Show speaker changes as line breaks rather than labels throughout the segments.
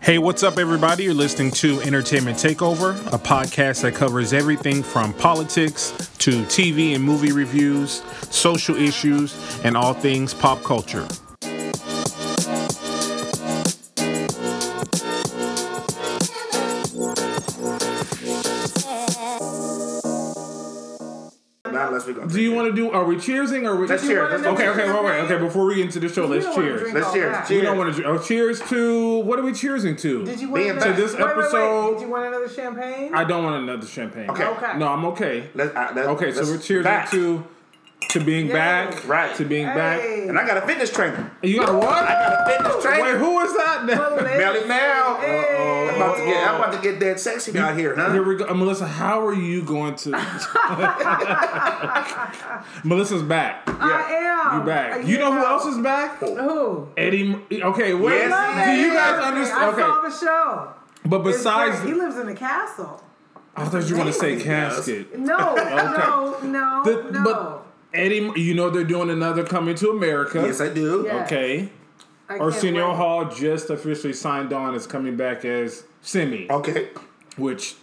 Hey, what's up, everybody? You're listening to Entertainment Takeover, a podcast that covers everything from politics to TV and movie reviews, social issues, and all things pop culture.
Not unless we go.
Do you want to do? Are we cheersing? Or are we,
Let's
Do you
cheers.
wanna-
Let's
Okay,
cheers.
okay, wait, wait, okay. Before we get into the show, let's
don't wanna
cheers.
drink.
Let's cheers.
We
Cheers.
don't want to. Oh, cheers to what are we cheersing to?
Did you want
Being
another,
back. So this
wait, wait, wait.
episode-
Did you want another champagne?
I don't want another champagne.
Okay.
Okay.
No, I'm okay.
Let's, uh, let's,
Okay, so
let's-
we're cheersing
back.
to to being
Yay.
back.
Right.
To being
Hey.
back.
And I got a fitness trainer.
You got a
I
what?
got a fitness
Wait,
trainer.
who is that?
Melly.
Melly Mel.
Hey.
Uh,
I'm about to get. I'm about to get that sexy out here,
Here
huh?
we go. Uh, Melissa, how are you going to? Melissa's back. You
I am.
back.
Uh,
You know who else is back?
Who?
Eddie. Mur- Okay, wait.
Yes,
Love
Do
it.
you guys
I
understand?
saw
Okay,
the show.
but
It's
besides,
great. he lives in a castle.
I thought you were going to say
Yes.
casket.
No, no, no,
The-
no.
But Eddie, Mur- you know they're doing another Coming to America.
Yes, I do.
Yeah.
Okay.
I can't
Arsenio
wait.
Hall just officially signed on as coming back as Simi,
Okay.
which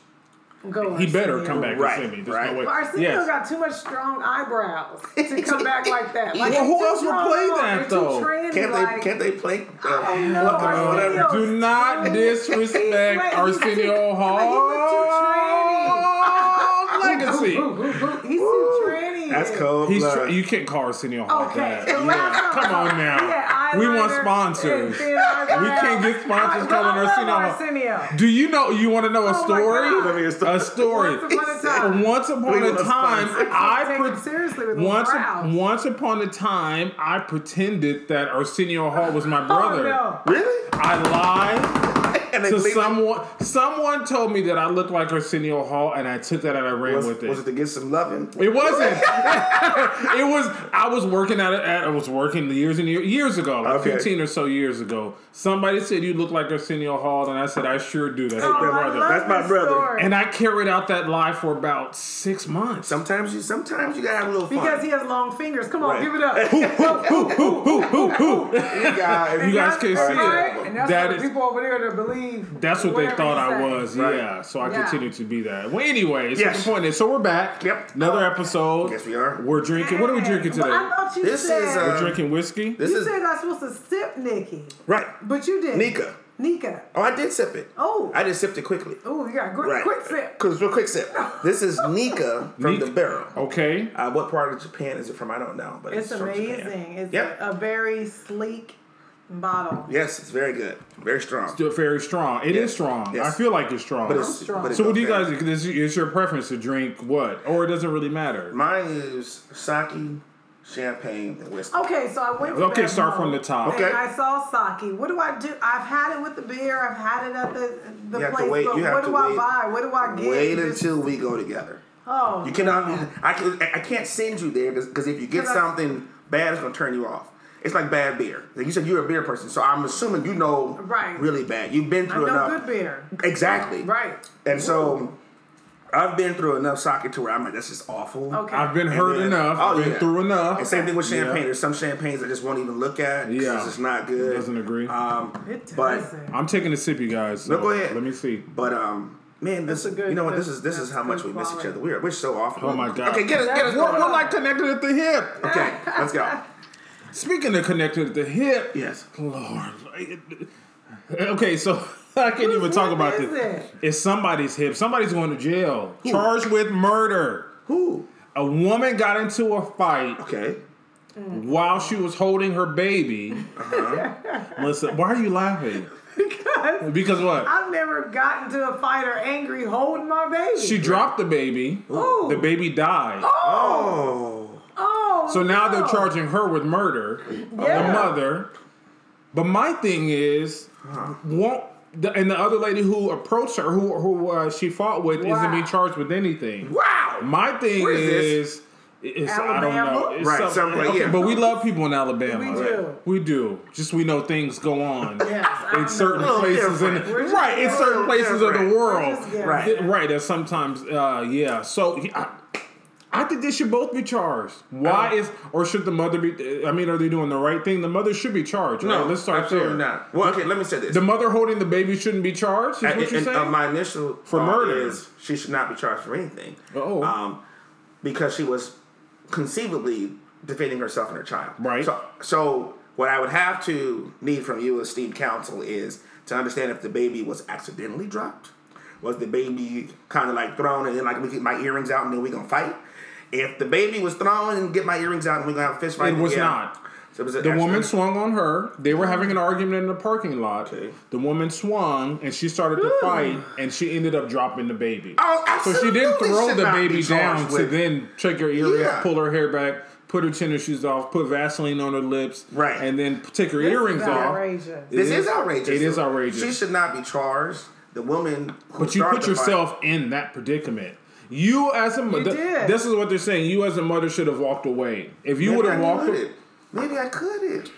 Go,
he better
Arsenio.
come back
Right,
as Simi. There's
right.
no way.
But Arsenio
Yes.
got too much strong eyebrows to come back like that. Like,
Well, who
it's too
else would
strong.
play that,
It's too
though?
trendy,
Can't they?
like-
Can't they play?
don't
Uh,
know.
Welcome or whatever.
Arsenio.
Do not disrespect
Wait, he-
Arsenio Hall
he looked
legacy.
Ooh, ooh, ooh, He's too tranny.
That's cold
He's
blood.
tr- you can't call Arsenio Hall
Okay.
that. Yeah, come on now. We want sponsors. We can't get sponsors calling Arsenio Hall.
Arsenio.
Do you know? You want to know a
Oh my
story?
God.
Let me hear
A
a story.
story.
Once upon
Once
a time.
upon a
We want a
time,
sponsor.
I
Take
pre-
it seriously with those
once
brows.
once upon a time I pretended that Arsenio Hall was my brother.
Oh, no.
really?
I lied
And they
to
believe it?
someone. Someone told me that I looked like Arsenio Hall, and I took that and I ran
Was,
with it.
was it to get some loving?
It wasn't. it was. I was working at, a- at. I was working years and years, years ago, like
Okay.
fifteen or so years ago. Somebody said you look like Arsenio Hall, and I said I sure do. That's my
Oh, I
brother.
love
That's my
this
brother.
story.
And I carried out that lie for about six months.
Sometimes you. Sometimes you gotta have a little fun.
because he has long fingers. Come on,
Right.
give it up. you
Hoo, hoo, hoo, hoo, hoo.
You got-
You guys can't see
Right?
it.
And that's
That
what
is-
people over there to believe.
That's what they
whatever
thought
you
I
say.
was.
Right.
Yeah. So I
Yeah.
continue to be that. Well, anyway, so
Yes.
the point is, so we're back.
Yep.
Another episode.
Yes, we are.
We're drinking. What are we drinking
Well,
today?
I thought you
This
said,
is, uh,
Drinking whiskey.
This
you
is
said I was supposed to sip Nikki,
right.
but you didn't.
Nika.
Nika.
Oh, I did sip it.
Oh.
I just sipped it quickly.
Oh, you got a quick,
Right.
quick sip.
Cause real quick sip. This is Nika from
Nika.
the barrel.
okay.
Uh, what part of Japan is it from? I don't know, but
It's
from Japan.
amazing. It's uh,
Yep.
a, a very sleek bottle.
Yes, it's very good, very strong.
Still very strong. It is
Yes.
strong.
Yes.
I feel like it's strong.
But it's,
strong.
But it
so, what do you
goes
guys?
down.
Is it's your preference to drink what, or it doesn't really matter?
Mine is sake, champagne, and whiskey.
Okay, so I went. To
Okay,
Bevmo,
start from the top.
Okay.
And I saw sake. What do I do? I've had it with the beer. I've had it at the the
You have to
place.
wait-
But
you have
what
to
do I
wait-
buy? What do I get?
Wait
Just-
until we go together.
oh,
You cannot. I can. I can't send you there because if you get
'Cause I-
something bad, it's gonna turn you off. It's like bad beer. Like you said, you're a beer person, so I'm assuming you know
Right.
really bad. You've been
I
through
know
enough.
good beer.
Exactly.
Right.
And so, I've been through enough sake to where I'm like, this is awful.
Okay.
I've been
And
hurt
then-
enough.
Oh,
I've been
yeah.
through enough.
And same thing with champagne.
Yeah.
There's some champagnes I just won't even look at.
Yeah.
Yeah, it's just not good.
Doesn't agree.
Um,
It
but-
doesn't.
I'm taking a sip, you guys. So
No, go ahead.
Let me see.
but um, man, this
That's a good-
you know what? This
that's-
is this is
that's
how much we
good
miss each
quality.
other. We're we're so off.
Oh my God.
Okay, get us get us
That's
We're,
going.
we're like connected at the hip.
Okay, let's go.
Speaking of connected at the hip,
Yes.
Lord. Okay, so I can't even
Whose
talk
hip
about
is
this.
it?
It's somebody's hip. Somebody's going to jail, charged with murder.
Who?
A woman got into a fight
Okay.
Mm-hmm.
while she was holding her baby. Listen, why are you laughing?
Uh-huh. because
Because what?
I've never gotten to a fight or angry holding my baby.
she dropped the baby.
Ooh.
The baby died.
Oh.
Oh.
So now
no.
they're charging her with murder.
Yeah.
the mother. But my thing is,
Uh-huh.
won't the, and the other lady who approached her, who who uh, she fought with, isn't
Wow.
being charged with anything.
Wow.
My thing
Where is
is, It's, I don't know.
Alabama?
It's
Right,
something-
something like-
okay,
yeah.
But we love people in Alabama.
We do.
We do. Just we know things go on
Yes, I
in
know.
certain
A little
places in
different.
We're just
right in certain
a little
places of
different.
the
We're
world.
just different.
Th- Right. That sometimes. Uh, yeah. So. he- I, I think they should both be charged. Why
Oh.
is or should the mother be? I mean, are they doing the right thing? The mother should be charged.
No,
right? let's start
absolutely
there.
not. Well, okay, let me say this.
The mother holding the baby shouldn't be charged. Is
And-
what you're
and-
saying?
and my initial
For
thought
murder.
is she should not be charged for anything.
Oh.
Um, because she was conceivably defending herself and her child.
Right.
So, so what I would have to need from you, esteemed counsel, is to understand if the baby was accidentally dropped. Was the baby kind of like thrown and then like we get my earrings out and then we gonna fight? If the baby was thrown and get my earrings out and we gonna have a fist fight,
It was
yeah.
not.
So it was an
The
accident.
woman swung on her. They were having an argument in the parking lot.
Mm. Okay. Mm.
The woman swung and she started to fight and she ended up dropping the baby.
Oh,
so she didn't
absolutely
throw
should
the
not be
baby down
charged
to
with-
then check her earrings,
Yeah.
pull her hair back, put her tennis shoes off, put Vaseline on her lips,
Right.
and then take her earrings
This is
off.
outrageous.
This
It
is,
is-
outrageous.
it is
She
outrageous.
should not be charged. The woman. Who
But you
started
put
the fight-
yourself in that predicament. You as a mother,
did.
this is what they're saying. You as a mother should have walked away. If you
Maybe
would have
I
walked,
could. Maybe I couldn't.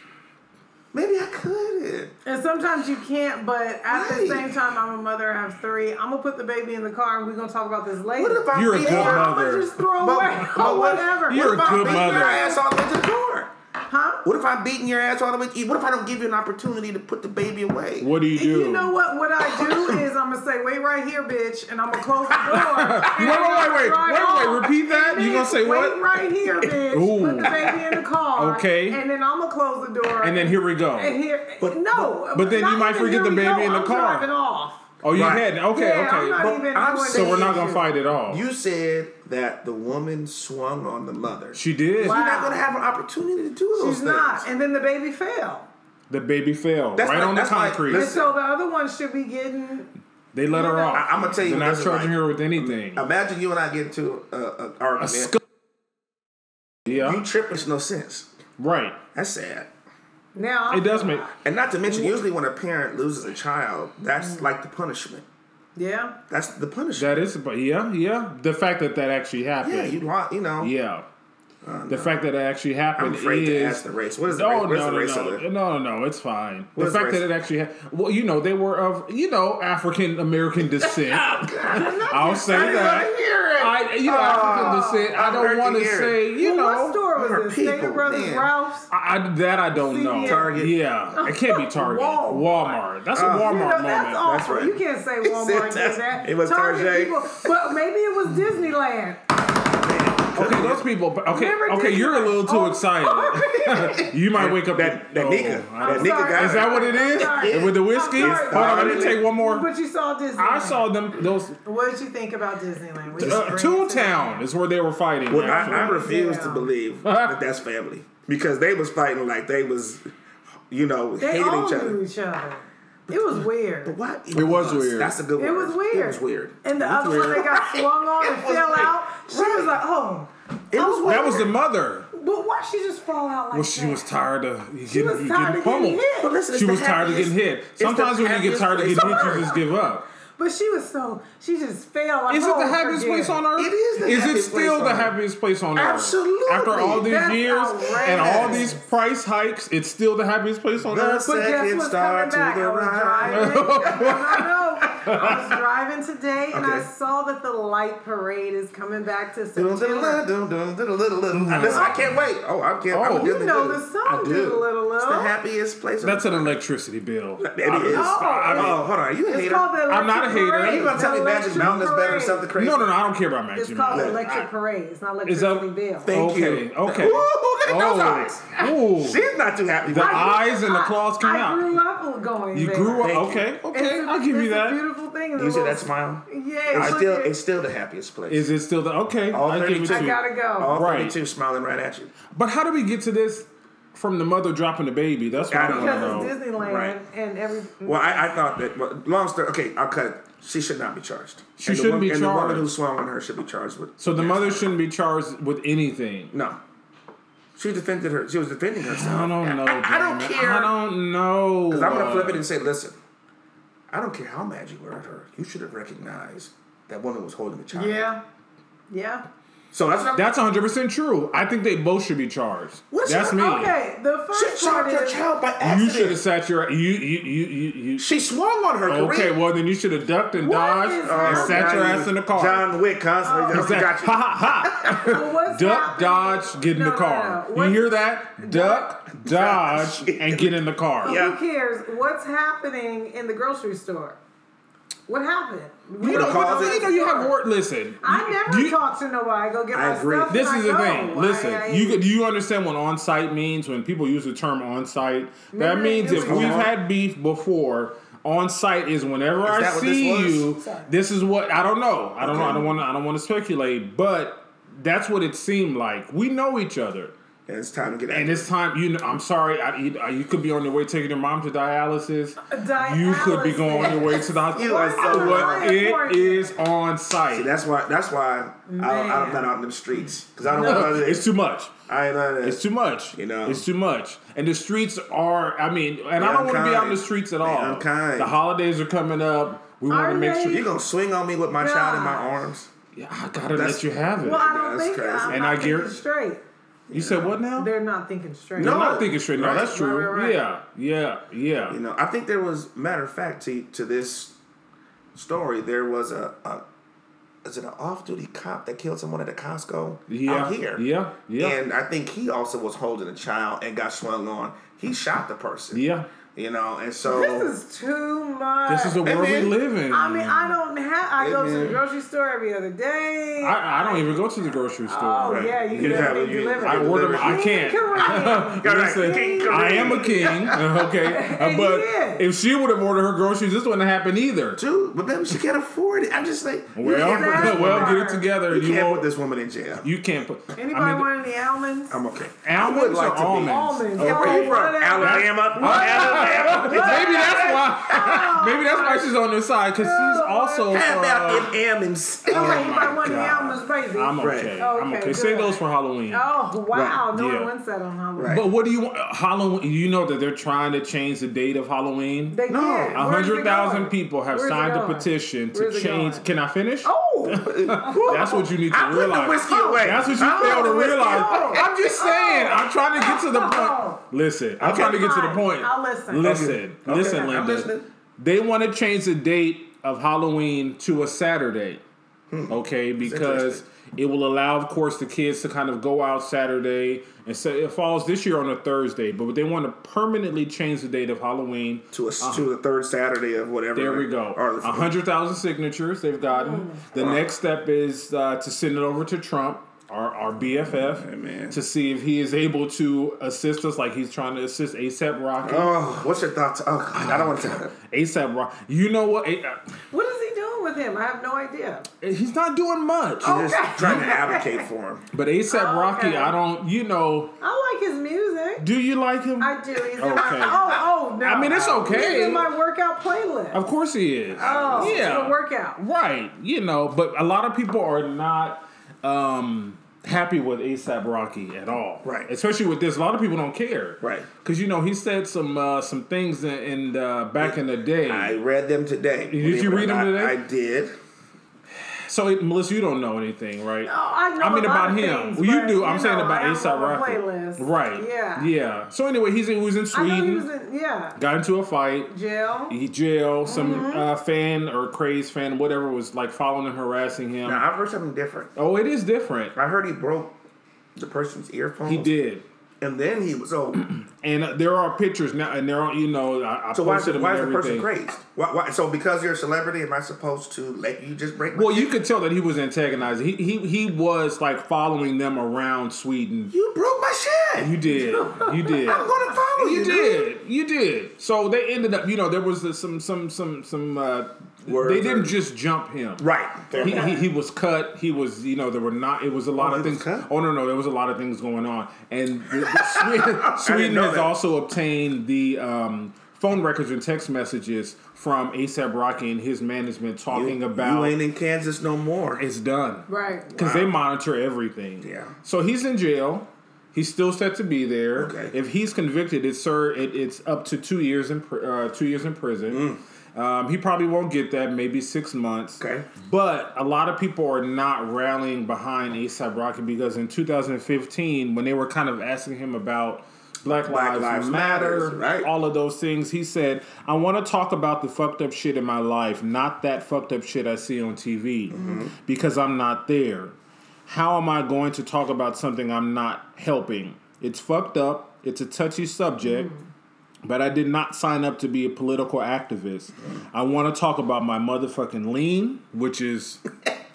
Maybe I couldn't.
And sometimes you can't, but at the
Right.
same time, I'm a mother. I have three. I'm gonna put the baby in the car, and we're gonna talk about this later.
What if I
You're a
beat
good
her
mother.
up?
I'm gonna just throw
But-
away
but
or
what-
whatever.
You're
What
a
if I
good
beat
mother.
your ass all the way to the door?
huh?
What if I beating your ass all the way? To, what if I don't give you an opportunity to put the baby away?
what do you do?
You know what? What I do is I'm gonna say, "Wait right here, bitch," and I'm gonna close the door.
Wait, wait, wait, wait, wait, wait, repeat that? You gonna say
wait
what?
right here, bitch.
Ooh.
Put the baby in the car.
Okay.
And then I'm gonna close the door.
And then here we go.
And here, no.
but then
not
you might
even
forget
here
the
we
baby
go.
in the
I'm
car.
driving off.
Oh, you
Right.
had okay,
Yeah, I'm
okay.
not
But
even
I'm
doing
so
saying
we're not gonna
issue.
fight at all.
You said that the woman swung on the mother.
she did.
You're
Wow.
not gonna have an opportunity to do those
She's
things.
not. And then the baby fell.
The baby fell
That's
right
like-
on the
that's like-
concrete.
And
listen-
so the other one should be getting
they let her off.
I, am gonna tell you.
They're
what
not
this is
charging
like.
her with anything.
Imagine you and I get into a, a
A
argument.
sc- yeah,
You trip makes no sense.
right.
That's sad.
now.
It does make.
And not to mention, usually when a parent loses a child,
Mm.
that's like the punishment.
Yeah.
That's the punishment.
That is, but yeah, yeah. The fact that that actually happened.
yeah, you lost. You know.
Yeah. the fact that it actually happened
I'm
is
afraid to ask the race. What is the
no,
race? What is
no,
the race
no,
of
no,
it?
no, no, It's fine.
What
the
is the
fact that
race?
it actually happened. Well, you know, they were of you know African American descent.
Oh,
I'll say
I didn't
that.
wanna hear it.
I, you know, African
Ah,
descent. I
I'm hurt
don't
to
want to
hear it.
say, you
Well,
know,
what store was
her
this?
people,
Stater Brothers
man.
Ralph's.
I, I- that I don't know.
CVS.
Target. Ah.
Yeah, it can't be Target.
Walmart.
Walmart. That's a Walmart
No,
moment.
that's awful.
That's right.
You can't say
He
Walmart
said
did
that's-
that.
it was Target.
people, but maybe it was Disneyland.
okay, those people. but- Okay,
Remember
okay,
Disney-
you're a little too
Oh,
excited. you might wake up
That that
oh,
nigga,
I
that
don't-
know.
nigga got
Is that
it.
what it is?
Sorry.
And with the whiskey?
I'm
Hold
sorry.
on, let me take one more.
But you saw Disneyland.
I saw them those
What did you think about Disneyland? We
uh,
just bring it to-
Toontown is where they were fighting.
Well, I,
actually.
I refuse to
Yeah.
believe that that's family because they was fighting like they was, you know,
They
hated
all
each
knew
other.
each other. It was weird.
What?
It was weird.
That's a good
It
word.
was weird.
It was weird.
And the other one that got swung on and
It was
fell
weird.
out, she was
Right.
like, oh.
It was weird.
that was the mother.
But why she just fall out like
Well,
that?
she was tired of getting,
was
getting
tired of getting
pummeled.
hit.
But listen, it's
She
the
was tired of getting
happiest-
hit.
it's the
Sometimes when you get
happiest
tired of
place
getting
on
hit, you
earth.
just give up.
But she was so, she just fell. Like,
Is it
oh,
the happiest
forget
place on earth?
It is the
Is it
happiest place
still
on
the
earth.
happiest place on earth?
Absolutely.
After all these
That's
years and all
outrageous.
these price hikes, it's still the happiest place on
The
earth.
But guess
second
what's
star
coming
to
back?
the
I was
right.
driving. I know. I was driving today and I
Okay.
saw that the light parade is coming back to September.
Listen, I can't wait. Oh, I can't.
Oh.
I'm
You
diddly diddly.
know the song,
I do.
Diddle Little
It's the
Lil.
happiest place. on-
That's an electricity bill.
It is.
I- I- I-
oh, hold on. You a
It's
hater?
called the Electric
I'm not a hater.
Parade.
you gonna tell me
The
Magic
Electric
Mountain is better or
Parade.
something crazy?
No, no, no. I don't care about
It's
Magic
called
Mountain.
Electric Parade. It's not
Is that-
Electricity Bill.
Thank
Okay,
you.
okay.
Ooh, look at those eyes.
Ooh.
She's not too happy.
The
with it.
eyes and the claws came
I
out.
grew up going
You
there.
grew up.
Thank you.
Okay,
It's
okay.
a-
I'll give
it's
you
A
that.
beautiful thing.
You see that smile?
Yeah.
It's
look
still,
at-
it's still the happiest place.
Is it still the okay?
All
I'll give it
32.
to
I
you.
gotta go.
All
Right.
32 smiling right at you.
But how do we get to this from the mother dropping the baby? That's what
I
I
don't
want to
Because
know.
it's Disneyland
Right.
and every.
Well, I, I thought that. Well, long story. Okay, I'll cut. it. She should not be charged.
She
And the
shouldn't
woman-
be
And the woman
charged.
who swung on her should be charged with.
So the mother shouldn't be charged with anything.
No. She defended her. She was defending herself.
I don't know.
I, I don't
damn it.
care.
I don't know.
Because
Uh,
I'm gonna flip it and say, listen, I don't care how mad you were at her. You should have recognized that woman was holding the child.
Yeah. Yeah.
So that's not
That's 100 percent true. I think they both should be charged.
What's
That's
your-
me.
Okay, the
she
first part
shot your
is
child by
You should have
accident.
sat your you you you you. you.
She swung on her
Okay,
career.
well then you should have ducked and
What
dodged
is
and
happening?
sat your
Now
ass
you-
in the car.
John Wick constantly. "Oh,
Oh.
we got
Exactly.
you."
Ha ha ha.
well, what's
Duck,
happening-
dodge, get in
No,
the
no,
car.
no.
You
What-
hear that? Duck, dodge, and get in the car.
Yeah.
Who cares? What's happening in the grocery store? What happened? We
don't
know
call
what's
it-
in
You
the
know you have
store.
work. Listen,
I never
you-
talk to nobody. I go get
I
my
agree.
stuff.
This
and
is
I
the
go.
thing. Listen,
I- I-
you could- do you understand what on site means when people use the term on site? That
Remember
means
they
if
do it.
we've had beef before, on site is whenever
that
I
what
see
this was?
you.
Sorry.
This is what I don't know. I don't know. I don't want. to. I don't want to speculate, but that's what it seemed like. We know each other.
And it's time to get.
And it's time, you know, I'm sorry, I, you, uh, you could be on your way taking your mom to dialysis.
Dialysis.
You could be going on your way to the hospital.
You are so
But
wrong.
it is on site.
See, that's why. That's why I, I'm
Man.
not out in the streets because I don't want to.
it's too much.
I ain't none of
It's
this.
too much.
You know.
it's too much. And the streets are. I mean, and I
They're
don't want to be out in
unkind.
the streets at
They're
all.
unkind.
The holidays are coming up. We want
Are
to make
they?
sure.
You gonna swing on me with my child in my arms?
Yeah, I gotta
That's-
let you have it.
Well, I don't
That's
think
crazy.
I'm
And
not
I gear-
thinking straight.
you said what now?
They're not thinking straight.
No.
I'm not thinking straight. No,
Right,
that's true.
right, right,
Yeah, yeah, yeah.
You know, I think there was matter of fact to to this story. There was a, a is it an off duty cop that killed someone at a Costco
yeah,
out here?
yeah, yeah,
And I think he also was holding a child and got swung on. He shot the person.
yeah.
You know, and so
This is too much.
This is the world we
man.
live in.
I mean, I don't have. I go to the
Amen.
grocery store every other day.
I, I don't even go to the grocery store.
oh
right.
yeah, you
You
can have
have-
things
you-
delivered.
I order. my- I
King
can't.
Kareem.
You're right.
Listen,
King Kareem.
I am a king, okay. Uh,
And
but
he is.
if she would have ordered her groceries, this wouldn't happen either.
dude, but maybe she can't afford it. I'm just like, you
Well,
can't put this
Exactly.
well,
woman-
get it together.
you,
You,
can't
won't-
put this woman in jail.
You can't put.
Anybody
I mean,
want any almonds?
I'm okay.
almonds
would like
or
to be-
almonds?
almonds.
Where
Oh,
are you from?
whatever.
Alabama. Alabama.
Maybe that's why. maybe that's why she's on this side because she's also.
How
Uh,
about them almonds?
Oh,
my
wait, anybody want any
God.
almonds, baby?
I'm okay. I'm
Okay,
okay. Save
good.
those for Halloween.
Oh wow, no
yeah.
one wants that on Halloween.
Right.
But what do you want? Halloween? You know that they're trying to change the date of Halloween.
They
No.
can't.
A
Where's it
hundred thousand
going?
people have
Where's it
signed a
going?
petition to
Where's it
change.
going?
Can I finish?
Oh,
That's what you need to
I put the
realize.
whiskey away.
That's what you
I put
fail to
the whiskey
realize.
away.
I'm just saying. I'm trying to get to the
Oh.
point. Listen, I'm trying to get to the
fine.
point.
I'll listen.
Listen,
Okay.
listen,
Okay, I'm
Linda.
listening.
They want to change the date of Halloween to a Saturday.
Hmm.
Okay, because it will allow, of course, the kids to kind of go out Saturday. And so it falls this year on a Thursday, but they want to permanently change the date of Halloween
To, a, to the third Saturday of whatever.
Uh-huh. there we go.
Or the-
A hundred thousand signatures they've
Oh
gotten. The next step is uh, to send it over to Trump, our our BFF,
man.
to see if he is able to assist us, like he's trying to assist ASAP Rocky.
Oh, what's your thoughts? Oh, God, I don't want to.
ASAP Rocky. You know what? Eh, uh,
What is he doing with him? I have no idea.
He's not doing much.
Just trying to advocate for him.
But ASAP
Oh,
Rocky,
okay.
I don't. You know,
I like his music.
do you like him?
I do. He's in
Okay.
my oh oh no.
I mean, it's okay.
He's in my workout playlist.
of course he is.
Oh,
yeah.
it's a workout.
Right, you know, but a lot of people are not um, happy with ASAP Rocky at all.
Right.
especially with this. A lot of people don't care.
Right.
because you know he said some uh, some things in, in uh, back in the day.
I read them today.
Did you
believe it or
read them
not.
today?
I did.
so it- Melissa, you don't know anything, right?
Oh, I know.
I mean
a lot
about
of
him.
things,
well, you
but,
do. I'm saying
know,
about
I have
ASAP
a
Rocky.
Playlist.
Right.
Yeah.
Yeah. So anyway, he's in, he was in
I know
Sweden.
he was in yeah
got into a fight.
jail.
He jail. Some
Mm-hmm.
uh, fan or crazed fan, whatever, was like following and harassing him.
Now, I've heard something different.
Oh, it is different.
I heard he broke the person's earphones.
He did.
And then he was, oh,
And uh, there are pictures now, and there are you know I, I
so why is,
posted
the,
them
why
and
is the person
everything.
crazed? Why, why, so because you're a celebrity, am I supposed to let you just break my
Well, you could tell that he was antagonizing. He he he was like following them around Sweden.
You broke my shit.
You did, you did.
I'm going to follow you.
You did, you did. So they ended up, you know, there was this, some, some, some, some. Uh,
Words
they didn't
are-
just jump him,
Right. Fair
He,
enough.
he, he was cut. He was, you know, there were not. It was a lot
Oh,
of
he was
things.
cut?
Oh no, no, there was a lot of things going on. And the- the Sweden, Sweden
know
has
that.
also obtained the um, phone records and text messages from ASAP Rocky and his management talking about
you ain't in Kansas no more.
it's done
Right.
because they monitor everything.
Yeah.
So he's in jail. He's still set to be there.
Okay.
If he's convicted, it's sir, it, it's up to two years in pr- uh, two years in prison. Um, he probably won't get that, maybe six months.
Mm. Okay.
But a lot of people are not rallying behind ASAP Rocky because in 2015, when they were kind of asking him about Black, Lives,
Lives
Matter,
Matters, right.
all of those things, he said, I want to talk about the fucked up shit in my life, not that fucked up shit I see on TV
Mm-hmm.
because I'm not there. How am I going to talk about something I'm not helping? It's fucked up, it's a touchy subject.
Mm-hmm.
But I did not sign up to be a political activist. I want to talk about my motherfucking lean, which is.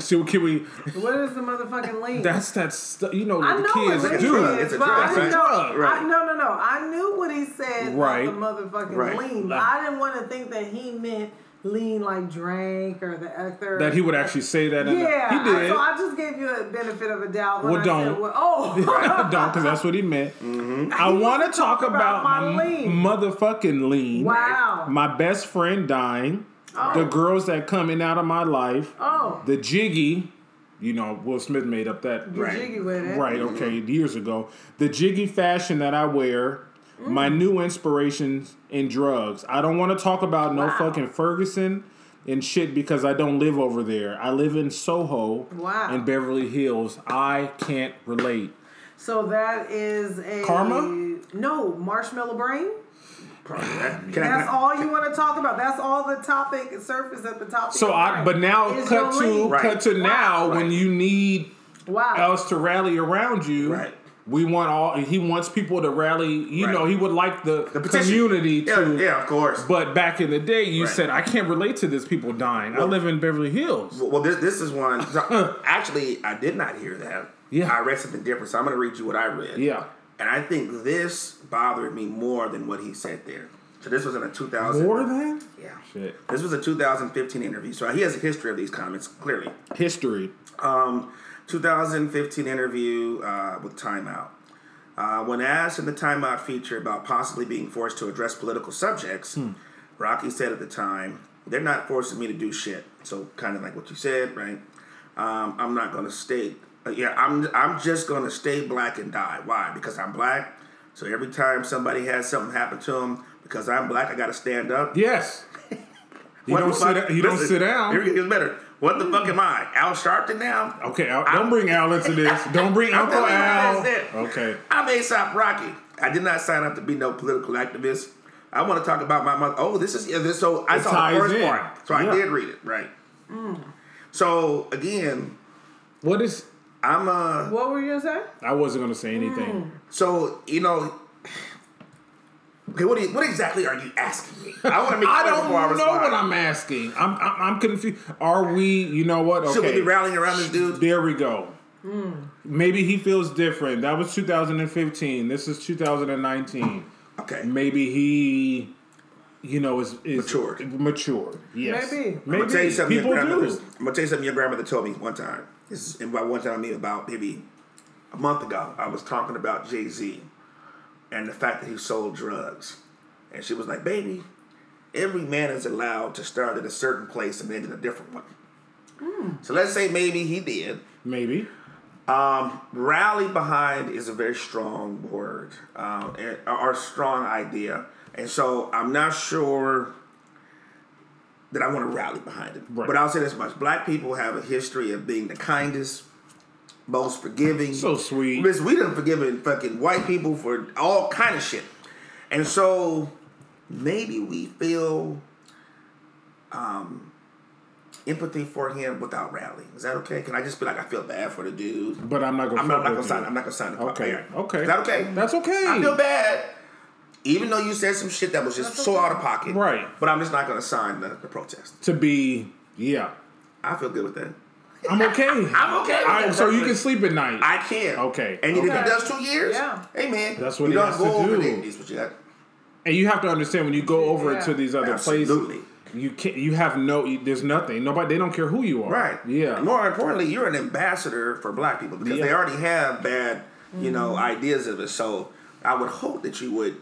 so can we?
What is the motherfucking link?
That's that stuff. You know
I
what the
know
kids
what it
do.
drug.
is,
It's a
but I
drug,
didn't
right?
know.
Right.
I, no, no, no. I knew what he said.
Right.
About the motherfucking
Right.
lean. But I didn't want to think that he meant lean like drank or the ether.
That he would actually say that. in the-
Yeah.
he did.
So I just gave you a benefit of a doubt. When
Well,
I
don't.
Said, well, oh.
Don't, because that's what he meant. I
He
want to
wants
talk about, my
lean.
motherfucking lean.
Wow.
My best friend dying. The girls that coming out of my life.
oh.
The jiggy. You know, Will Smith made up that
You
Right.
jiggy with it.
Right, okay, years ago. The jiggy fashion that I wear,
Mm.
my new inspirations in drugs. I don't want to talk about no
Wow.
fucking Ferguson and shit because I don't live over there. I live in Soho
Wow.
and Beverly Hills. I can't relate.
So that is a
Karma?
No, marshmallow brain.
Probably, right? Can I-
That's
can I-
all you want to talk about. That's all the topic surface at the top. of
So
your
I
brain
but now
is
cut
your
to
lean.
Right.
cut to now when you need
wow.
else to rally around you.
Right.
We want all he wants people to rally, you
Right.
know, he would like the,
the petition.
community
yeah,
to
yeah, of course.
But back in the day, you
Right.
said I can't relate to this people dying. I
Well-
live in Beverly Hills.
Well, this this is one. so, actually, I did not hear that.
Yeah.
I read something different, so I'm going to read you what I read.
Yeah.
And I think this bothered me more than what he said there. So this was in a 2000.
More than
Yeah.
shit.
This was a 2015 interview, so he has a history of these comments clearly.
History.
Um, 2015 interview uh, with Time Out. Uh, when asked in the Time Out feature about possibly being forced to address political subjects,
Hmm.
Rocky said at the time, "They're not forcing me to do shit." So kind of like what you said, right? Um, I'm not gonna stay. uh, yeah, I'm. I'm just gonna stay black and die. Why? Because I'm black. So every time somebody has something happen to them, because I'm black, I gotta stand up.
Yes. You
What
don't
the
sit.
fuck-
you don't
listen,
sit down.
Here it gets better. What the fuck am I? Al Sharpton now?
okay. Al, don't bring Al into this. Don't bring
I'm
Uncle
telling you,
Al.
that's it.
Okay.
I'm Aesop Rocky. I did not sign up to be no political activist. I want to talk about my mother. Oh, this is yeah, this. So I saw
ties
the first
in.
part, so
Yeah.
I did read it. Right. So again,
What is?
I'm uh.
What were you gonna say?
I wasn't gonna say anything.
So you know. Okay, what, do you, what exactly are you asking me? I want to make
I
sure
don't
before
know
respond.
what I'm asking. I'm, I'm I'm confused. Are we? You know what? Okay.
Should we be rallying around this dude?
There we go. Maybe he feels different. That was 2015. This is 2019.
Okay.
maybe he, you know, is, is
Matured.
Matured. Yes.
Maybe.
Maybe.
I'm gonna tell you something.
People
your grandmother,
do.
I'm gonna tell you something your grandmother told me one time. This is, and by one time I mean about maybe a month ago. I was talking about Jay Z and the fact that he sold drugs, and she was like, "Baby, every man is allowed to start at a certain place and end at a different one." So let's say maybe he did.
Maybe.
Um, rally behind is a very strong word um, and- or or strong idea, and so I'm not sure that I want to rally behind it.
Right.
But I'll say this much: Black people have a history of being the kindest, most forgiving.
So sweet.
Miss, we done forgiven fucking white people for all kind of shit, and so maybe we feel um, empathy for him without rallying. Is that okay? Can I just be like, I feel bad for the dude?
But I'm not gonna.
I'm not, I'm not
fuck
gonna
with
sign.
you.
I'm not gonna sign the
Okay.
contract.
Okay.
Is that okay?
That's okay.
I feel bad. Even though you said some shit that was just so out of pocket.
Right.
But I'm just not gonna sign the, the protest.
To be. Yeah.
I feel good with that.
I'm okay.
I'm okay with
I,
that.
so you can sleep at night.
I can.
Okay.
And if
Okay.
he does two years,
Yeah.
hey man,
That's what
you
he
don't
has
go
to
over
do.
there. That's what you got.
and you have to understand when you go over
Yeah.
to these other
Absolutely.
places. You can't. You have no. you- There's nothing. Nobody. They don't care who you are.
Right.
Yeah.
More importantly, you're an ambassador for black people because
Yeah.
they already have bad, you know, ideas of it. So I would hope that you would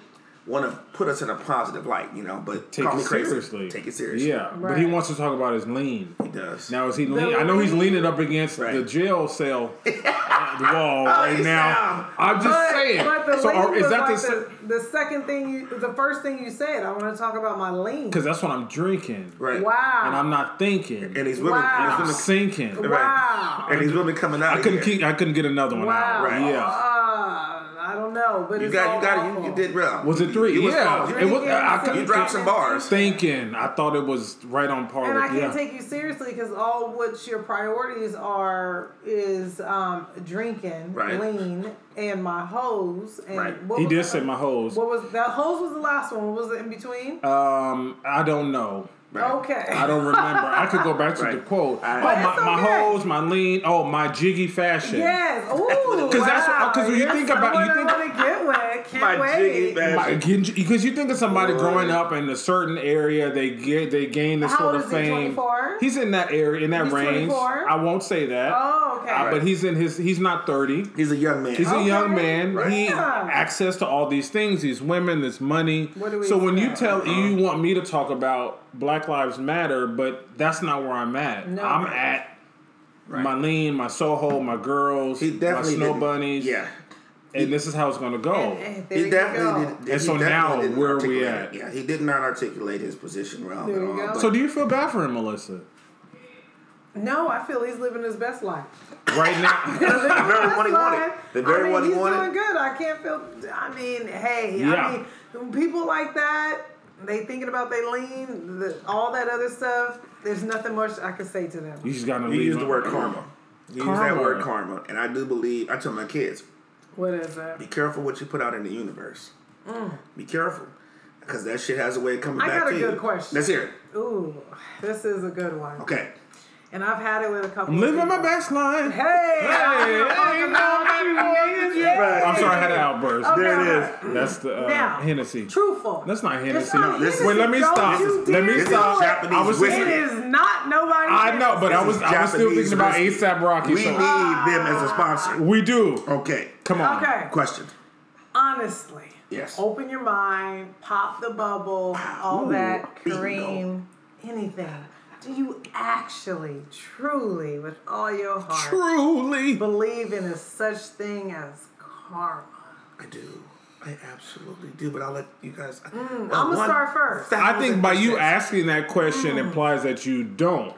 want to put us in a positive light, you know. But
Take
call
it
me crazy.
seriously.
Take it seriously.
Yeah, but he
Right.
wants to talk about his lean.
he does.
Now is he? Lean? I know he's leaning up against
Right. Oh,
the jail cell uh, wall right
you
now.
sound-
I'm just
But,
saying.
but the
so
lean
are, is
was
that
like
the?
the, the second thing you, the first thing you said. I want to talk about my lean.
Because that's what I'm drinking,
right.
Wow.
and I'm not thinking,
And these women,
Wow.
and
I'm
these women,
sinking.
right.
Wow.
and these women coming out.
I couldn't
here.
keep. I couldn't get another one
Wow.
out.
Right.
Yeah.
Uh, I don't know, but
You
it's
got,
all
you got, it. you,
awful.
you did well.
Was it
You,
three?
you was
yeah.
close.
It was.
Drinking,
I, I
sinking.
You
couldn't.
dropped some bars.
Thinking. I thought it was right on par
And I
with. Yeah.
can't take you seriously because all what your priorities are is um, drinking,
Right.
lean, and my hose. And
Right.
what
he
was
did
the-
say my hose.
What was that? Hose was the last one. What was it in between?
Um, I don't know.
Right.
Okay.
I don't remember. I could go back to the
Right.
quote.
All right.
Oh,
But
my,
it's
my
okay.
hose, my lean. Oh, my jiggy fashion.
Yes. Ooh.
Because
wow.
that's- 'cause when you
You're
think about- you
someone
think-
I want to get with. Can't
My
wait.
jiggy bag.
Because you think of somebody
Right.
growing up in a certain area, they get they gain this
How
sort
old
of
is he,
fame.
24?
He's in that area, in that
He's
range.
24?
I won't say that,
Oh, okay.
Uh, but he's in his. He's not thirty.
He's a young man. Oh.
He's a
Okay.
young man. He
Yeah.
access to all these things, these women, this money.
What do we
so when you
expect?
Uh-huh.
tell you want me to talk about Black Lives Matter, but that's not where I'm at.
No.
I'm at my lean, my Soho, my girls,
He
my
definitely
snow
didn't-
bunnies.
Yeah.
and this is how it's gonna go.
And- and there
he
you
definitely
go.
did.
And
he
so
definitely
now
didn't
where we
articulate
at?
it. Yeah, he did not articulate his position well
There
at
you
all.
go.
but-
so do you feel bad for him, Melissa?
No, I feel he's living his best life.
Right now,
the very one he wanted. The very
I mean,
one he
he's
wanted.
doing good. I can't feel. I mean, hey,
Yeah.
I mean, people like that. They thinking about they lean, the, all that other stuff. There's nothing much I can say to them.
you just gotta
You
leave.
used the
him.
word karma. You used
Karma.
that word karma, and I do believe I tell my kids,
What is that?
be careful what you put out in the universe. Be careful, because that shit has a way of coming
Mm. I
back
got
to
a
you.
good question.
Let's hear it.
Ooh, this is a good one.
Okay,
And I've had it with a couple.
I'm living
of
my
people.
best life.
Hey,
Hey, ain't nobody needs you. I'm sorry, I had an outburst.
Okay.
there it is.
That's the uh,
Now,
Hennessy.
Truthful.
That's not
It's
Hennessy.
not
this is-
Wait, let me
Don't
stop.
you
Let me
dare do
stop.
it.
Japanese
I was
whiskey.
It
thinking-
is not nobody.
I know, but
This
I was
is
I was still
Japanese
thinking about
whiskey.
ASAP Rocky.
We
so-
need them as a sponsor.
we do.
Okay,
Come on.
Okay.
question.
honestly.
Yes.
Open your mind, pop the bubble, all
Ooh,
that
bingo.
cream, anything. Do you actually, truly, with all your heart,
Truly.
believe in a such thing as karma?
I do. I absolutely do. But I'll let you guys. uh, I'm
Mm, I'ma start first.
I think by you asking that
Hmm.
question implies that you don't,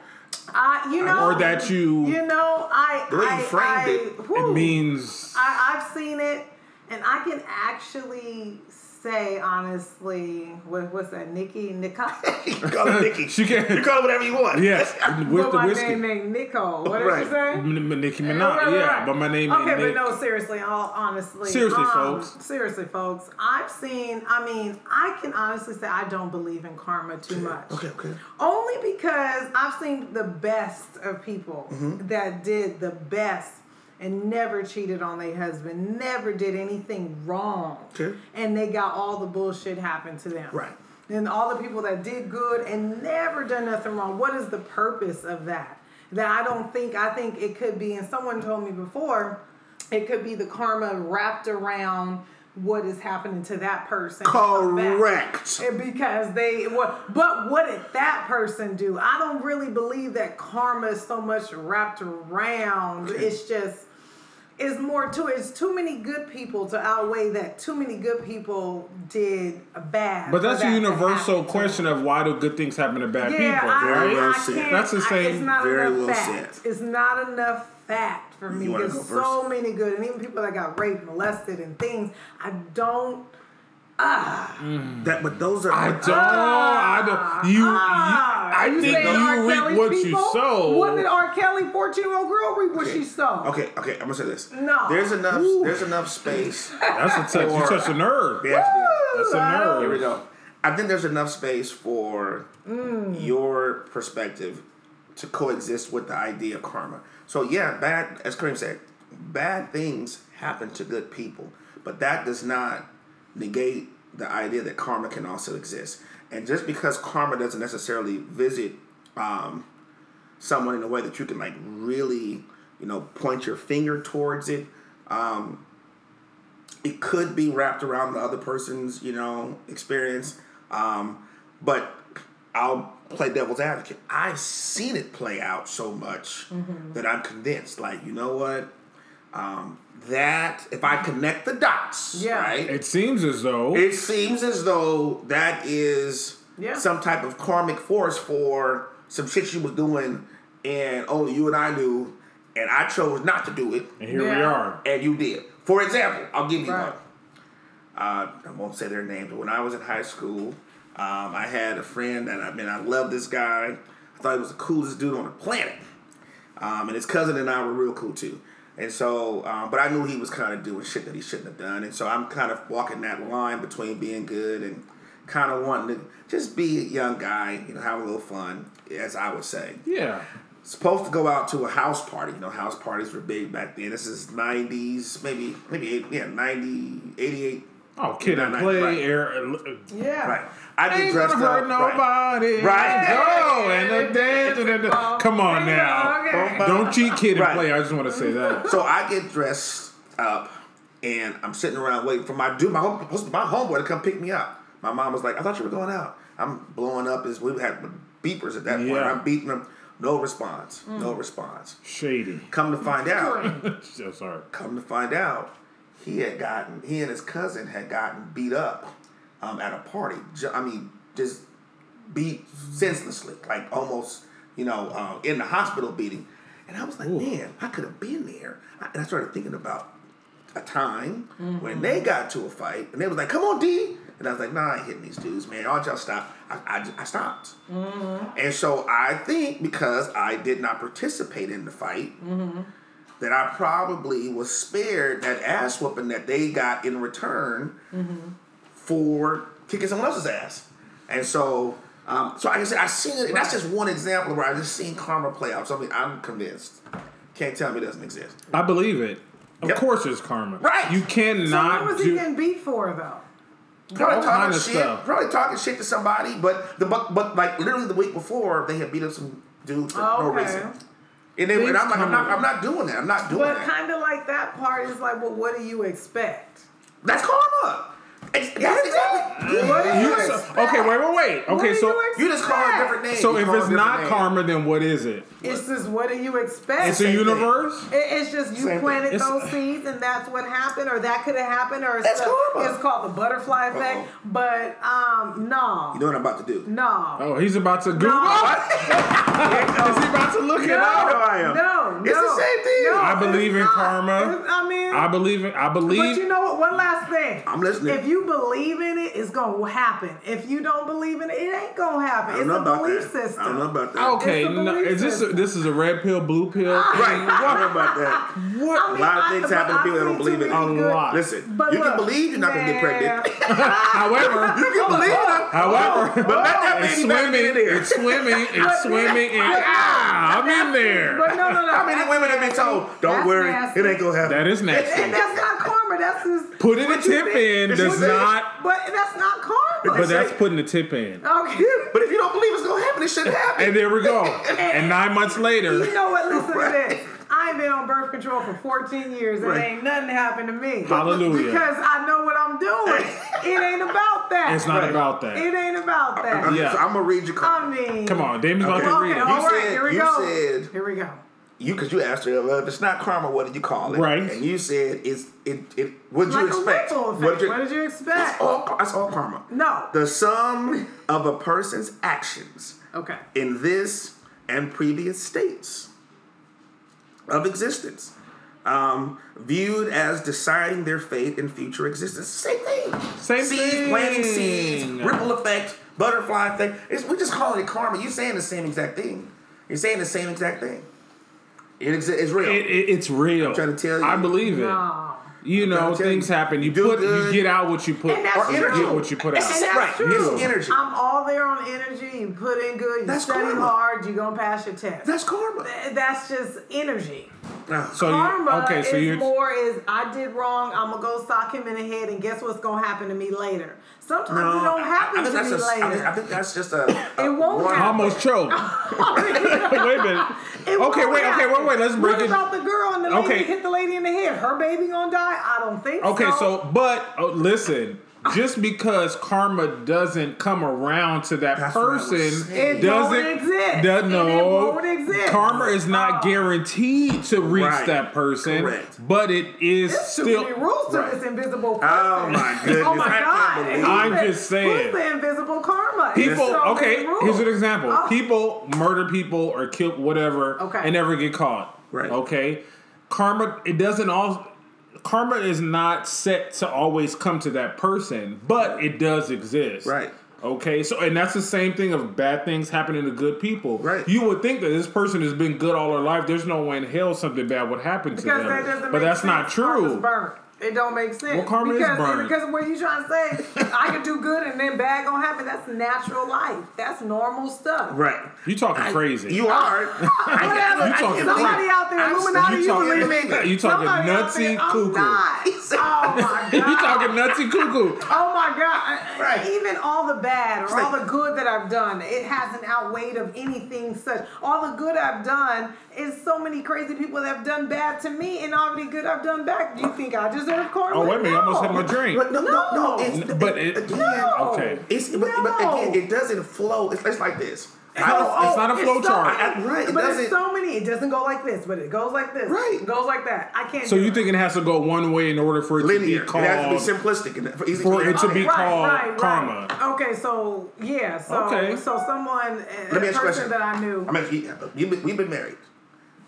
I, you know,
or that you,
Oh, you know, I,
The way you
I,
framed
I,
it,
it
whew.
means
I, I've seen it, and I can actually say honestly, what, what's that, Nikki, Nicole?
You call it Nikki.
She can-
You call it whatever you want.
yes with
But
the
my
whiskey.
name ain't Nico. What did
Right.
you say?
M- M- Nicki Minaj,
Right, right,
yeah,
right.
but my name
Okay,
ain't Nick.
but no, seriously, all honestly. um,
Seriously, folks.
Seriously, folks. I've seen. I mean, I can honestly say I don't believe in karma too much.
Okay. Okay.
Only because I've seen the best of people
Mm-hmm.
that did the best and never cheated on their husband, never did anything wrong.
Okay.
And they got all the bullshit happen to them.
Right.
And all the people that did good and never done nothing wrong. What is the purpose of that? That I don't think, I think it could be, and someone told me before, it could be the karma wrapped around what is happening to that person.
Correct.
And because they well, but what did that person do? I don't really believe that karma is so much wrapped around. It's just it's more to it. It's too many good people to outweigh that too many good people did bad.
But
for
that's a
that to
universal
happen to
question
them.
of why do good things happen to bad
yeah,
people,
I,
right?
Very well
I
said.
can't,
That's the
I, it's
same-
not
very
enough
well
fact.
said.
It's not enough fact for me.
You wanna
There's
go first?
so many good, and even people that got raped, molested, and things. I don't.
That. But those are.
I don't. I don't. You.
Ah,
you I think
saying R.
you
Kelly's
reap what
people?
you sow.
What did R. Kelly, 14 year old girl, reap what
Okay.
she sow?
Okay, okay, I'm gonna say this.
No.
There's enough
Ooh.
there's enough space.
That's a touch. You touch a nerve.
They actually-
That's a
I don't-
nerve.
Here we go. I think there's enough space for your perspective to coexist with the idea of karma. So yeah, bad as Kareem said, bad things happen to good people. But that does not negate the idea that karma can also exist. And just because karma doesn't necessarily visit um, someone in a way that you can like really, you know, point your finger towards it, um, it could be wrapped around the other person's you know experience um, but i'll play devil's advocate i've seen it play out so much that i'm convinced like you know what um, that if i connect the dots
Yeah.
right
It seems as though
it seems as though that is
Yeah.
some type of karmic force for some shit she was doing and only you and i knew and i chose not to do it
and here we
Yeah.
are.
and you did. For example, I'll give you
Right.
one. Uh, I won't say their name, but when I was in high school, um, I had a friend, and I mean, I loved this guy. I thought he was the coolest dude on the planet. Um, and his cousin and I were real cool too. And so, um, but I knew he was kind of doing shit that he shouldn't have done. And so I'm kind of walking that line between being good and kind of wanting to just be a young guy, you know, have a little fun, as I would say
Yeah.
supposed to go out to a house party. You know, house parties were big back then. This is 90s, maybe, maybe, eight, yeah, 90, 88.
Oh, kid
Not
and
nice,
play
right.
air. Right.
Yeah.
Right. I get
Ain't
dressed
gonna hurt
up. Right.
nobody.
Right.
Go and the dance. and the-
Oh,
Come on
there you
now.
go, okay.
Don't cheat, kid,
Right.
and play. I just want to say that.
So I get dressed up and I'm sitting around waiting for my dude, my, home, my homeboy to come pick me up. My mom was like, I thought you were going out. I'm blowing up as we had beepers at that point.
Yeah. Mm.
I'm beating them. No response. No response.
Shady.
Come to find out.
So sorry.
Come to find out, he had gotten he and his cousin had gotten beat up um, at a party. Ju- I mean, just beat senselessly, like almost you know uh, in the hospital beating. And I was like, man, I could have been there. I- And I started thinking about a time when they got to a fight and they was like, come on, D. And I was like, nah, I ain't hitting these dudes, man. Y'all just stop. I, I, I stopped. And so I think because I did not participate in the fight, that I probably was spared that ass whooping that they got in return
Mm-hmm.
for kicking someone else's ass. And so, um, so like I said, I seen it. And that's just one example where I just seen karma play out. Something I'm convinced. Can't tell me it doesn't exist.
I believe it. Of
Yep.
course, it's karma.
Right.
You
So what
cannot
was he
do.
getting beat for though?
Probably
All
talking
kind of
shit.
stuff.
Probably talking shit to somebody, but the but, but like literally the week before they had beat up some dude for no
Okay.
reason. And, they, and
Things
I'm like, I'm
come
not,
up.
I'm not doing that. I'm not doing
But
that.
kind of like that part is like, well, what do you expect?
That's karma. It's, that's exactly.
What do you
You- so-
expect?
okay, wait, wait, wait.
What
Okay,
do
so
you
You just call it a
expect?
different name.
so
You
if
call it a
it's
different
not
name.
karma, then what is it?
It's just what do you expect?
It's a
Same thing.
universe.
It- It's just you
Same thing.
planted
It's-
those seeds, and that's what happened, or that could have happened, or it's,
That's karma.
it's called the butterfly effect.
Uh-oh.
But um, no,
You know what I'm about to do.
no,
Oh, he's about to Google.
no,
Is he about to look it
I
up?
know I am.
no,
It's the
no,
same thing.
no,
I believe
it's
in
not.
karma.
It's- I mean,
I believe it. I
but
believe.
you know what? One last thing.
I'm listening.
If you believe in it, it's gonna happen. If you don't believe in it, it ain't gonna happen.
I don't
It's
know
a
about
belief
that.
system.
I don't know about that.
okay,
it's a
no,
belief
is this a,
system.
this is a red pill, blue pill? thing?
Right. I don't know about that.
What?
I mean,
A lot of
I-
things
but
happen to
I
people that don't
see
believe
too
in it.
many
A
good-
lot.
Listen,
But
you
look,
can believe you're not going to get pregnant.
yeah. Oh,
However,
you can believe it.
however,
But let that
it's
baby back
swimming.
in there.
It's swimming. It's
But-
swimming. And ah, I'm in there.
But no, no, no.
How many
that's
women have been
nasty.
told, don't
That's
worry,
nasty.
it ain't going to happen?
That is nasty.
That's not karma. That's just
Putting a
what you
tip
think.
in
It's
does
what they-
not.
But that's not karma.
But that's putting a tip in.
okay.
But if you don't believe it's going to happen, it shouldn't happen.
And there we go. And nine months
You
later,
know what? Listen to this. I've been on birth control for 14 years and
Right.
ain't nothing happened to me.
Hallelujah.
Because I know what I'm doing. It ain't about that.
it's not about
It
that.
ain't about
I'm,
that.
Yeah.
I'm going to read your
I
card.
mean.
Come on, Damon's about
Okay.
to
Okay,
read it.
all
You
right,
said-
here we
you
go.
said-
here we go.
You, because you asked her, well, if it's not karma, what did you call it?
Right.
And you said, it's, it, it, what'd you
Like a
expect?
ripple effect.
What'd you-
What did you expect?
That's all, that's all karma.
No.
The sum of a person's actions
Okay.
in this and previous states of existence, um, viewed as deciding their fate in future existence. Same thing.
Same
seeds, planting seeds,
thing.
ripple effect, butterfly effect. It's, we just calling it karma. You're saying the same exact thing. You're saying the same exact thing. It exi- it's real.
It, it, it's real.
trying to tell you.
I believe it.
No.
You
trying
know,
to tell you.
things happen. You
You do
put, you
good.
get out what you put,
And that's
or you
true.
get what you put out.
It's-
And that's
right.
true.
It's energy.
I'm all there on energy. You put in good. You
That's
study
karma.
hard. You gonna pass your test.
That's karma.
Th- that's just energy.
Ah,
So you,
Karma
okay, so
is
you
more is I did wrong. I'm gonna go sock him in the head, and guess what's gonna happen to me later? Sometimes
No,
it don't
I-
happen
I, think
to me
that's just, I,
later.
think, I think that's just a. a
It
one-
won't happen.
I almost choked. wait a minute. okay,
It won't
wait, okay,
happen.
wait, wait. Let's break
What
it.
about the girl and the lady
Okay.
that hit the lady in the head? Her baby gonna die? I don't think
Okay,
so.
so but oh, listen, just because karma doesn't come around to that
That's what I was
person
saying.
It don't
doesn't
exist.
does-
And it
no
won't exist.
karma is not
Oh.
guaranteed to reach
Right.
that person,
Correct.
but it is
There's too
still
many rules to
Right.
this invisible person.
Oh my goodness!
Oh my
I can't
god!
believe
Who's
I'm
the-
just saying.
Who's the invisible karma? There's
people.
so many
okay,
rules.
here's an example:
Oh.
people murder people or kill whatever,
Okay.
and never get caught.
Right.
Okay, karma. It doesn't all. Karma is not set to always come to that person, but it does exist.
Right.
Okay, so and that's the same thing of bad things happening to good people.
Right.
You would think that this person has been good all their life. There's no way in hell something bad would happen
Because
to
that
them.
doesn't
but
make
that's
sense.
not true.
Karma's burnt. It don't make sense.
Well, karma is
because,
burnt.
Because what you trying to say, I could do good and then bad gonna happen. That's natural life. That's normal stuff.
Right.
You talking crazy?
You are.
Whatever.
You talking
Somebody
crazy.
out there,
I'm-
Illuminati,
you
you,
talking-
believe in.
you talking
Somebody out
nutsy
there, I'm
cuckoo.
not. Oh my god.
you talking nutsy cuckoo?
Oh my God!
Right.
Even all the bad or
like-
all the good that I've done, it hasn't outweighed of anything such. All the good I've done is so many crazy people that have done bad to me, and all the good I've done back. You think I deserve karma?
Oh wait a minute! I almost
No.
had my drink.
But no, no, no.
No.
It's,
But it-
again,
No.
Okay.
it's but, but
No.
again, it doesn't flow. It's, it's like this. I
Oh,
don't,
oh,
not a flow
so-
chart.
I- right, it
but
doesn't-
it's so many. It doesn't go like this, but it goes like this.
Right.
It goes like that. I can't.
So
do
you
it.
think it has to go one way in order for it
linear.
to be
It
called?
has to be simplistic and for easy
For it to
understand.
be
right,
called
right, right.
karma.
Okay, so yeah, so
Okay.
so someone,
Let me ask
a a
you a question.
person that I knew,
I mean, you, you've been, we've been married,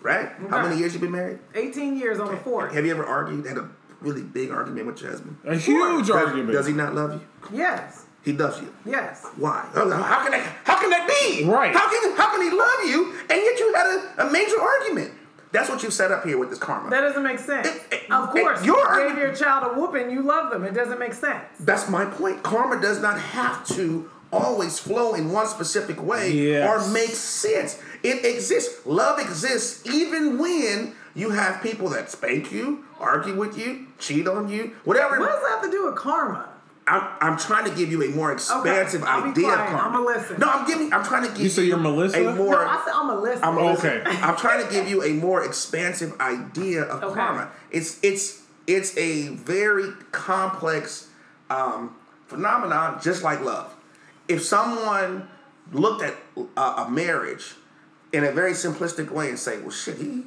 right? How
Okay.
many years you been married?
18 years on the fourth.
Have you ever argued? Had a really big argument with your husband?
a huge argument.
Does he not love you?
Yes,
He loves you.
yes.
Why? How how can that? How can that be?
Right.
How can How can he love you and yet you had a, a major argument? That's what you set up here with this karma.
That doesn't make sense.
It- it-
of course,
it-
you
your-
gave your child a whooping, you love them. It doesn't make sense.
That's my point. Karma does not have to always flow in one specific way
Yes.
or make sense. It exists. Love exists even when you have people that spank you, argue with you, cheat on you, whatever.
What does that have to do with karma?
I'm, I'm trying to give you a more expansive
I'll be
idea
quiet.
of karma.
I'ma listen.
No, I'm giving. I'm trying to give
You say you're Melissa?
a
No,
more.
No, I said I'm a listener.
I'm
Okay.
I'm trying to give you a more expansive idea of
Okay.
karma. It's it's it's a very complex um, phenomenon, just like love. If someone looked at a, a marriage in a very simplistic way and say, "Well, shit, he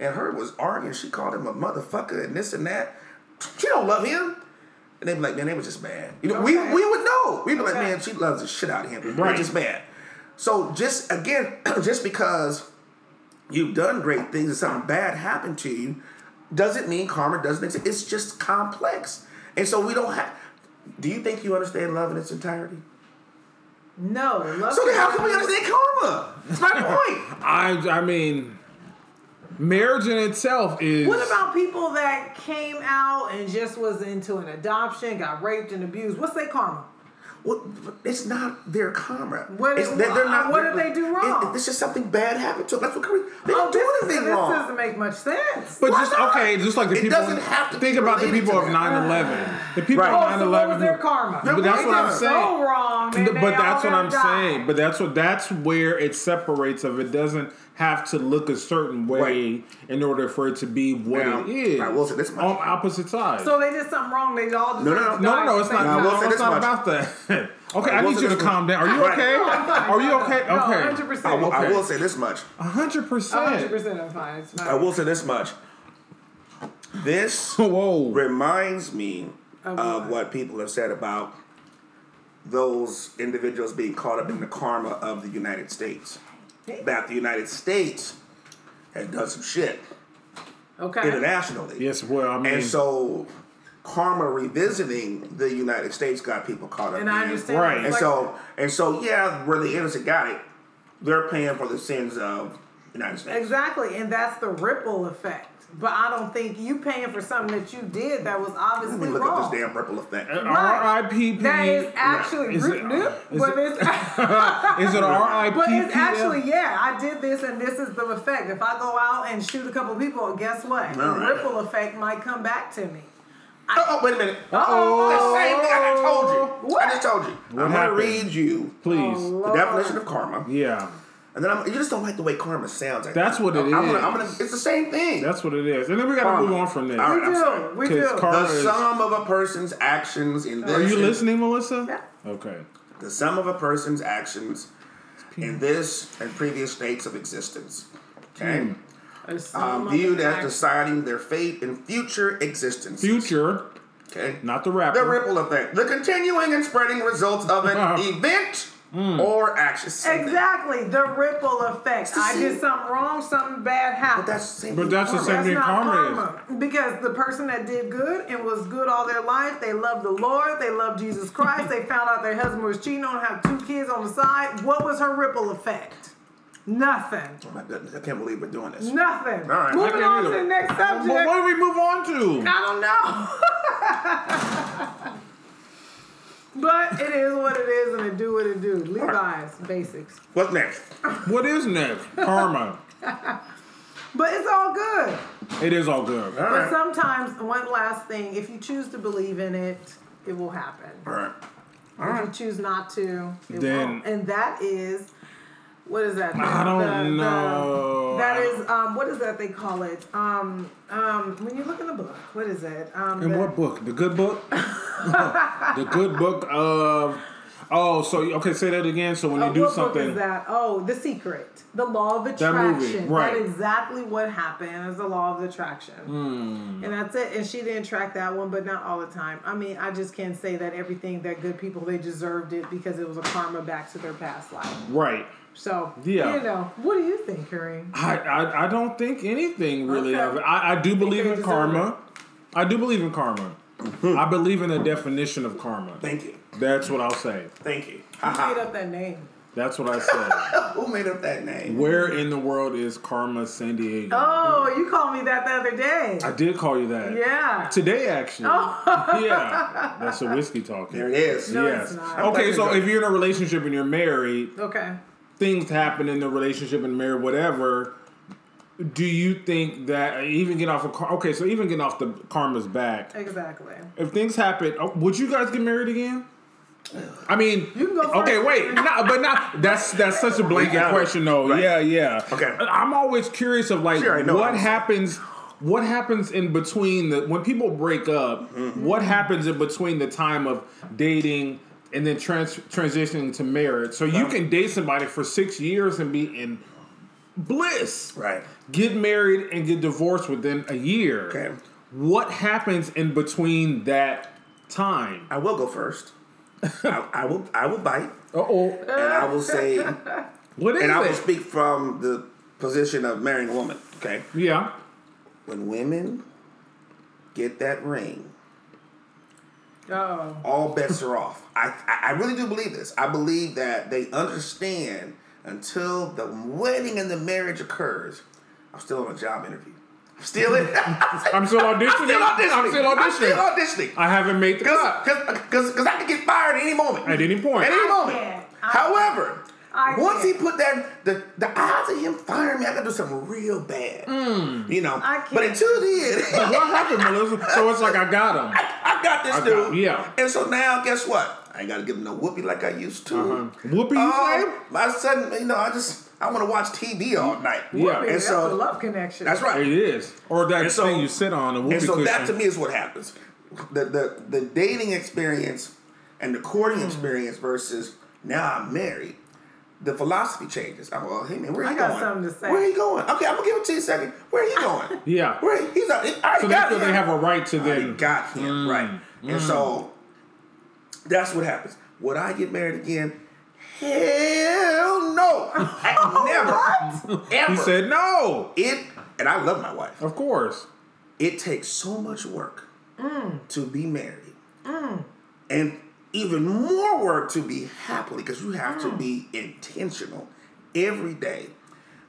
and her was arguing. She called him a motherfucker and this and that. She don't love him." And they'd be like, man, they were just mad. You know, we,
Okay.
we would know. We'd be like,
Okay.
man, she loves the shit out of him. We're
Right.
just mad. So just again, just because you've done great things and something bad happened to you, doesn't mean karma doesn't exist. It's just complex. And so we don't have do you think you understand love in its entirety?
no, love
So then how can we understand karma? That's my point.
I I mean, marriage in itself is.
What about people that came out and just was into an adoption, got raped and abused? What's their karma?
Well, it's not their karma.
What-
It's-
what did they do wrong? Oh,
It, it's just something bad happened to them. That's what karma. They don't do
this,
anything
this
wrong.
doesn't make much sense.
But
Why
just
not?
okay, just like the
It
people.
doesn't have to
think
be
about the
related
people
to
of
that.
9/11. The people
Right.
of
oh, so what
9/11.
was
who-
their karma?
They're
But that's
They
what I'm
done.
saying.
So wrong. and
Th-
they
but
all
that's what
gotta
I'm
die.
saying. But that's what that's where it separates. Of it doesn't have to look a certain way
Right.
in order for it to be what
Now,
it is.
I will say this much.
on opposite sides.
So they did something wrong. They all just
No, no,
have to
No, no,
die
no,
at
it's
the
not.
same time.
will
No,
say
it's
this
not
much.
about that. okay, I,
will
need
say
you to
this much.
calm down. Are you
Right.
okay?
No,
I'm fine.
Are you
No,
okay?
no,
okay.
100%.
I will, I
Okay.
will say this much.
A hundred
hundred
percent.
percent, I'm fine. It's fine.
I will say this much. This
Whoa.
reminds me
Of
of
what?
what people have said about those individuals being caught up in the karma of the United States. That the United States had done some shit
Okay.
internationally.
Yes. Well, I mean,
And so karma revisiting the United States got people caught up
And I
in.
understand.
Right.
it's
And
like-
so and so yeah, where the innocent got it, they're paying for the sins of the United States.
Exactly, and that's the ripple effect. But I don't think you paying for something that you did that was
Let
obviously
me look
wrong.
up this damn ripple effect.
R.I.P.
That is actually
Is it-
root
uh,
nip,
is
but
it-
it's
Is it R.I.P.?
but it's actually yeah. I did this, and this is the effect. If I go out and shoot a couple people, guess what? The
All right.
ripple effect might come back to me.
Oh, oh, wait a minute.
Uh-oh.
The same thing I just told you.
What?
I just told you. I'm
happened?
going to read you
Please.
Oh,
the definition of karma.
Yeah.
And then I'm, you just don't like the way karma sounds. I
That's
think.
what it
I'm Gonna,
is.
I'm gonna, it's the same thing.
That's what it is. And then we gotta
Karma.
move on from this.
All
We
right. I'm
do.
sorry.
We
'Cause
do.
Carl-
the
is-
sum of a person's actions in this.
Are you
and-
listening, Melissa?
Yeah.
Okay.
The sum of a person's actions in this and previous states of existence. Okay.
Oh
Um, viewed as deciding their fate in future existence.
Future,
Okay.
not the rapper.
The ripple effect. The continuing and spreading results of an
Uh-huh.
event
Hmm.
or action. Same thing.
Exactly. The ripple effect.
the
I did
same-
something wrong, something bad happened.
But that's the same
But
thing
that's the
karma.
same
That's
thing
not
karma is.
karma. Because the person that did good and was good all their life, they loved the Lord, they loved Jesus Christ, they found out their husband was cheating on, had two kids on the side. What was her ripple effect? Nothing.
Oh my goodness, I can't believe we're doing this.
Nothing.
All right,
I
Moving
can't
on to
either.
the next
But what
subject.
do we move on to?
I don't know. but it is what it is and it do what it do. Levi's basics.
What's next?
What is next? Karma.
But it's all good.
It is all good.
All
But
right.
sometimes, one last thing, if you choose to believe in it, it will happen.
All right.
If you choose not to, it
Then-
won't. And that is, what is that?
I don't know.
that is, um, what is that they call it? Um, um, when you look in the book, what is it? Um,
In
the-
what book? The good book? the good book of Oh, so okay, say that again. So when
uh,
you do
what
something
book is that? Oh, The Secret, The Law of Attraction.
movie, right.
That's exactly what happened. Is the Law of Attraction,
Hmm.
and that's it. And she didn't track that one, but not all the time. I mean, I just can't say that everything that good people they deserved it because it was a karma back to their past life.
Right.
So
Yeah.
you know, what do you think, Kareem?
I, I I don't think anything really
Okay.
of it. I, I do believe
they
in
deserve
karma. I do believe in karma. I believe in the definition of karma.
Thank you.
That's what I'll say.
Thank you.
Made
Ha
up that name.
That's what I say.
ha. Who made up that name?
Where in the world is karma San Diego?
Oh, you called me that the other day.
I did call you that.
yeah. Oh.
Today actually. yeah. That's a whiskey talking.
There it is.
No,
yes.
it's not.
Okay, so if you're in a relationship and you're married,
Okay.
things happen in the relationship and married, whatever. Do you think that even get off of car? Okay, so even getting off the karma's back,
Exactly.
if things happen, oh, would you guys get married again? I mean,
You can go
okay,
first.
wait, no, but not that's that's such a blanket
got it.
question, though.
Right.
Yeah, yeah.
Okay.
I- I'm always curious of like
Sure, I know what
what
I'm saying.
happens. What happens in between the when people break up?
Mm-hmm.
What happens in between the time of dating and then trans- transitioning to marriage? So you can date somebody for six years and be in bliss,
Right.
get married and get divorced within a year.
Okay.
What happens in between that time?
I will go first. I, I will. I will bite,
Uh oh.
and I will say, and
What is
I will
it?
speak from the position of marrying a woman. Okay,
yeah.
when women get that ring,
Oh.
all bets are off. I, I I really do believe this. I believe that they understand until the wedding and the marriage occurs. I'm still on a job interview. I'm still in.
I'm still auditioning.
I'm still auditioning.
I'm still auditioning.
I'm still auditioning.
I haven't made the cut.
Because I could get fired at any moment.
At any point.
At any
I
moment.
can't. Oh, I-
However,
I
once
can't.
he put that, the, the odds of him firing me, I gotta do something real bad.
Hmm.
You know?
I
But
can't.
until then,
What happened, Melissa? So it's like I got him.
I got this
I
dude.
got- yeah.
And so now, guess what? I ain't gotta give him no whoopee like I used to.
Uh-huh. Whoopee, you say?
Oh, my son, you know, I just, I wanna watch TV all night.
Mm-hmm. Yeah.
Baby,
And
that's a
so,
love connection.
that's right.
It is. Or that
And so-
thing you sit on, a whoopee
And so
cushion.
that to me is what happens. The the the dating experience and the courting
Mm-hmm.
experience versus now I'm married. The philosophy changes. I'm well, hey man, where are
I
you
got
going?
something to say.
Where are you going? Okay, I'm gonna give it to you a second. Where are you going?
Yeah.
Where are you- he's a, I
so they
got
feel
him.
they have a right to
I
then.
got him
Mm.
right, and so that's what happens. Would I get married again? Hell no! I never, ever.
He said no.
it, and I love my wife
Of course.
it takes so much work to be married and even more work to be happily because you have to be intentional every day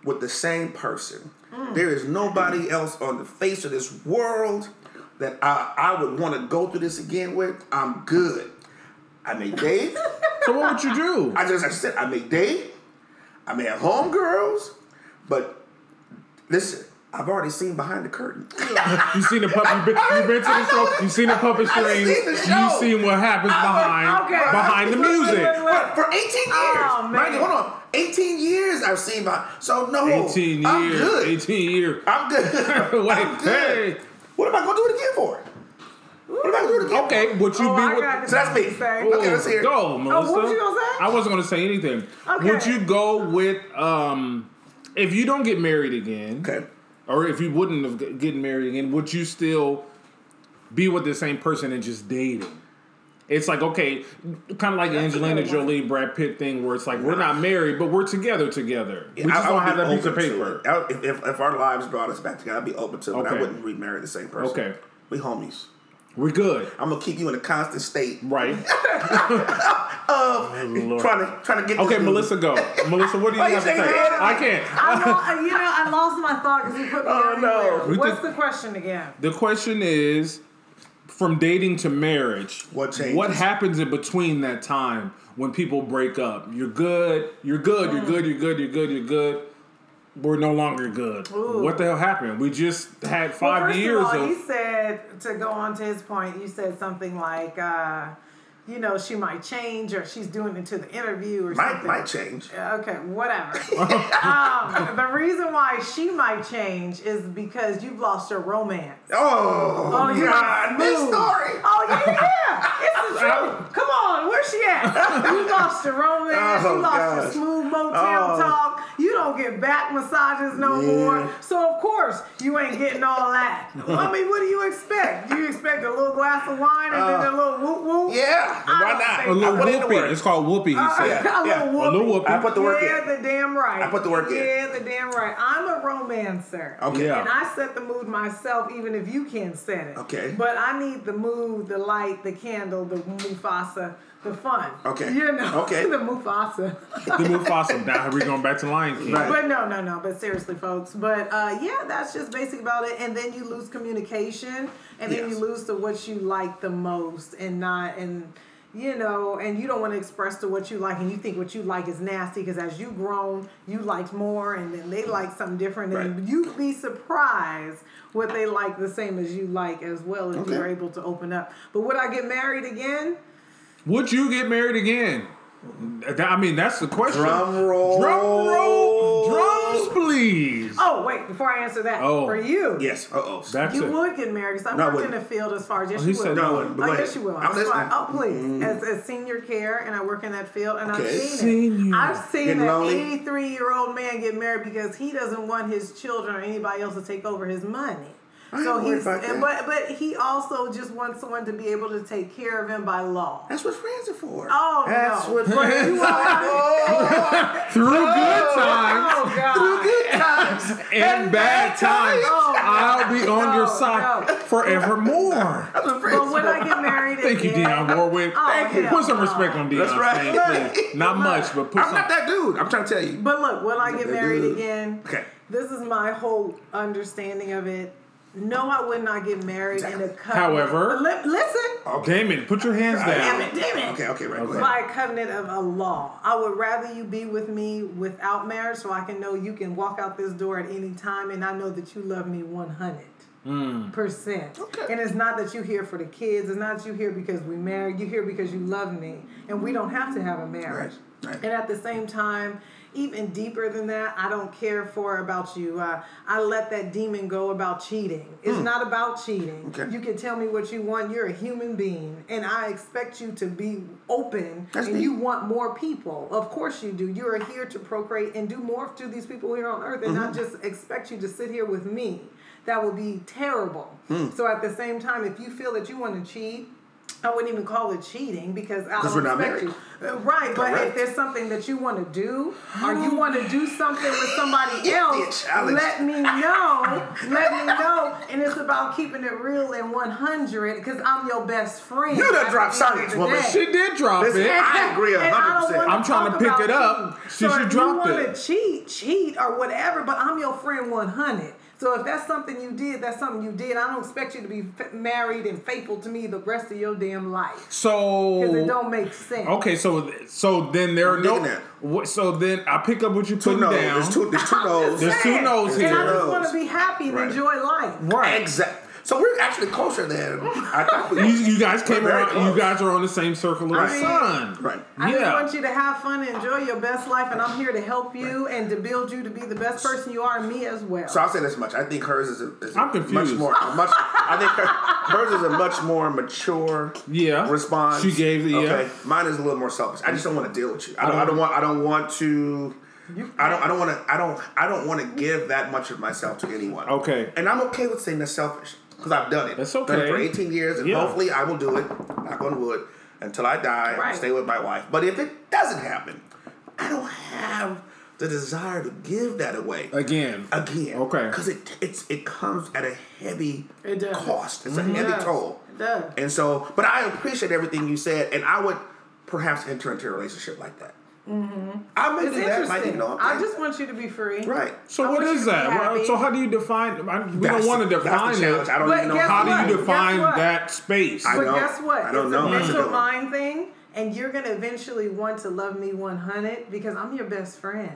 with the same person there is nobody else on the face of this world that i, I would want to go through this again with i'm good i may date
So what would you do?
I just, I said, I may date, I may have homegirls, but listen, I've already seen behind the curtain.
You seen the puppet? You've been, you been to the show. You seen the puppet
I've
string.
seen the
You
show.
seen what happens behind
okay.
behind the
Wait, wait,
music.
wait, wait.
For, for 18 years.
Oh, man.
Mind you, hold on. 18 years I've seen my. So, no.
18 years.
I'm good.
18 years.
I'm good.
Wait,
I'm good.
hey.
What am I going to do it again for? What am I going to do it again
Okay,
for?
what you
Oh,
be
I
with?
got
So that's me.
Say.
Okay, let's hear it.
Go, Melissa.
what was you gonna say?
I wasn't gonna say anything.
Okay.
Would you go with um if you don't get married again,
Okay.
or if you wouldn't have g- getting married again, would you still be with the same person and just dating? It's like okay, kind of like Angelina
good
Jolie, Brad Pitt thing, where it's like we're not married, but we're together together. We just
I- I
don't
would
have
be
that piece of
open to
paper.
it. I would- If, if, if our lives brought us back together, I'd be open to it. but
Okay.
I wouldn't remarry the same person.
Okay.
We homies.
We're good,
I'm gonna keep you in a constant state,
right? Lord.
trying to trying to get.
Okay,
this dude.
Melissa, go. Melissa, what do you
Why you
have to say?
shaking your head at me?
I can't.
I lo- you know, I lost my thought because you put me
Oh,
oh,
no.
We
What's
just-
the question again?
The question is from dating to marriage,
What changes?
what happens in between that time when people break up? You're good, you're good, you're good, you're good, you're good, you're good. We're no longer good. What the hell happened? We just had
Well,
five
first
years
of
of,
all, you said to go on to his point. You said something like, uh, you know, she might change, or she's doing it to the interview, or
might
something.
might change.
Okay, whatever. um, the reason why she might change is because you've lost your romance.
Oh,
Oh, you
God,
might
this
move.
story.
Oh yeah, yeah, yeah. It's the truth. Come on, where's she at? You lost your romance.
Oh,
you lost
gosh.
your smooth motel
Oh.
talk. You don't get back massages no
Yeah.
more. So of course you ain't getting all that. I mean, what do you expect? Do you expect a little glass of wine and then a little whoop whoop?
Yeah,
I
why
don't
not?
think-
a little
I put in the
whoopee.
work. Uh,
It's called whoopee, he
I
said.
yeah.
got a
A
little
little
whooping.
whoopee.
I put the work in.
Yeah, the damn right.
I put the work in.
Yeah, the damn right. I'm a romancer.
Okay.
Yeah.
And I set the mood myself, even if you can't set it.
Okay.
But I need the mood, the light, the candle, the Mufasa, the fun.
Okay.
You know.
Okay.
the Mufasa.
The Mufasa. Now we're going back to Lion King.
Right.
But no, no, no. But seriously, folks. But uh, yeah, that's just basic about it. And then you lose communication, and then
Yes.
you lose to what you like the most, and not and you know, and you don't want to express to what you like, and you think what you like is nasty because as you grown, you liked more, and then they like something different,
Right.
and you'd be surprised what they like the same as you like as well if
Okay.
you're able to open up. But would I get married again?
Would you get married again? Th- I mean, that's the question.
Drum roll.
Drum roll. Drums, please.
Oh wait, before I answer that,
Oh.
for you,
Yes. Uh oh.
That's
You
it.
would get married because I
No, I
worked in the
wouldn't.
field as far as yes,
he
you
said
will.
no, I
wouldn't, but
oh,
go
yes,
ahead.
you will.
I'm
That's why-
listening.
Oh, please, as, as senior care, and I work in that field, and
Mm-hmm. Okay.
I've seen
Senior.
it. I've seen
Getting
an
lonely?
83 year old man get married because he doesn't want his children or anybody else to take over his money.
ain't
So
worried
he's,
about
and,
that.
but but he also just wants someone to be able to take care of him by law.
That's what friends are for.
Oh,
That's
no.
what friends are for.
Through good times.
Oh God!
Good times.
and bad times.
No,
I'll be on your
no,
side
no.
forevermore.
That's what friends
But
are
when I
for.
get married
Thank you,
again,
Dionne Warwick.
Oh,
Thank you.
hell
Put some
no.
respect on Dionne.
That's right.
please, please. Not much, but put
I'm
some.
not that dude. I'm trying to tell you.
But look, will I get married
Dude.
again?
Okay.
This is my whole understanding of it. No, I would not get married in a
Exactly.
covenant.
However-
Li- listen,
Damn it! Put your hands
damn
down.
it, damn it.
Okay. Okay. Right. go
Okay.
ahead.
By a covenant of a law. I would rather you be with me without marriage so I can know you can walk out this door at any time and I know that you love me 100. Percent,
Mm. Okay.
and it's not that you here for the kids. It's not that you here because we married. You here because you love me, and we don't have to have a marriage.
Right, right.
And at the same time, even deeper than that, I don't care for about you. Uh, I let that demon go about cheating. It's not about cheating.
Hmm. Okay.
You can tell me what you want. You're a human being, and I expect you to be open.
That's
and
deep.
you want more people. Of course you do. You are here to procreate and do more to these people here on earth, and
Mm-hmm.
not just expect you to sit here with me. That would be terrible.
Hmm.
So at the same time, if you feel that you want to cheat. I wouldn't even call it cheating because I
'Cause
don't
we're not
expect
married.
you. Uh, Right, but
Correct.
if there's something that you want to do or you want to do something with somebody
Get me a
else,
challenge.
let me know. let me know. And it's about keeping it real and 100 because I'm your best friend.
You done
at the
dropped
end of
science,
the
woman.
day.
She did drop
Listen,
it.
I agree a
And I don't
100%.
wanna
I'm trying to
talk
pick
about
it up
cheating.
since
so
you
if
dropped
you wanna
it.
cheat, cheat or whatever, but I'm your friend 100. So if that's something you did, that's something you did. I don't expect you to be f- married and faithful to me the rest of your damn life because it
So
don't make sense.
okay, so so then there are
I'm digging
no.
that.
What, so then I pick up what you
Two
put
no's.
down.
There's two. There's two no's.
There's two
Sad.
no's
And I
here.
just want to be happy and
Right.
enjoy life.
right.
Exactly. So we're actually closer than I thought we
You, you guys came
We're very
around.
close.
You guys are on the same circle of
Right.
the sun.
Right.
I
Yeah.
just want you to have fun and enjoy your best life, and I'm here to help you and to build you to be the best person you are, and me as well.
So I'll say this much. I think hers is, a, is a
I'm confused.
much more a much. I think her, hers is a much more mature
Yeah.
response.
She gave the yeah. Uh-huh.
Mine is a little more selfish. I just don't want to deal with you. I don't. I don't want. I don't want to. I don't. I don't want to. I don't. I don't want to give that much of myself to anyone.
Okay.
And I'm okay with saying that's selfish because I've done it.
That's
Done it
okay.
for 18 years, and
Yeah.
hopefully I will do it. Knock on wood until I die.
Right.
and Stay with my wife. But if it doesn't happen, I don't have the desire to give that away
Again.
again.
Okay.
Because it it's it comes at a heavy
It does. Mm-hmm.
cost. It's a
It
heavy
does.
toll.
It does.
And so, but I appreciate everything you said, and I would perhaps enter into a relationship like that. I may
Mm-hmm. It's
do that, like you
interesting.
know.
I just want you to be free.
right.
So
I
what
want you
is
to be
that? Well,
happy.
So how do you define? I, we
That's
don't want
the-
to
that's the
define
challenge.
it.
I don't
But
even know
guess
How
what?
do you define
Guess what?
that space?
I
But
don't-
guess what?
I don't
it's
know.
a
That's a
mental
good one.
mind thing, and you're gonna eventually want to love me 100 because I'm your best friend,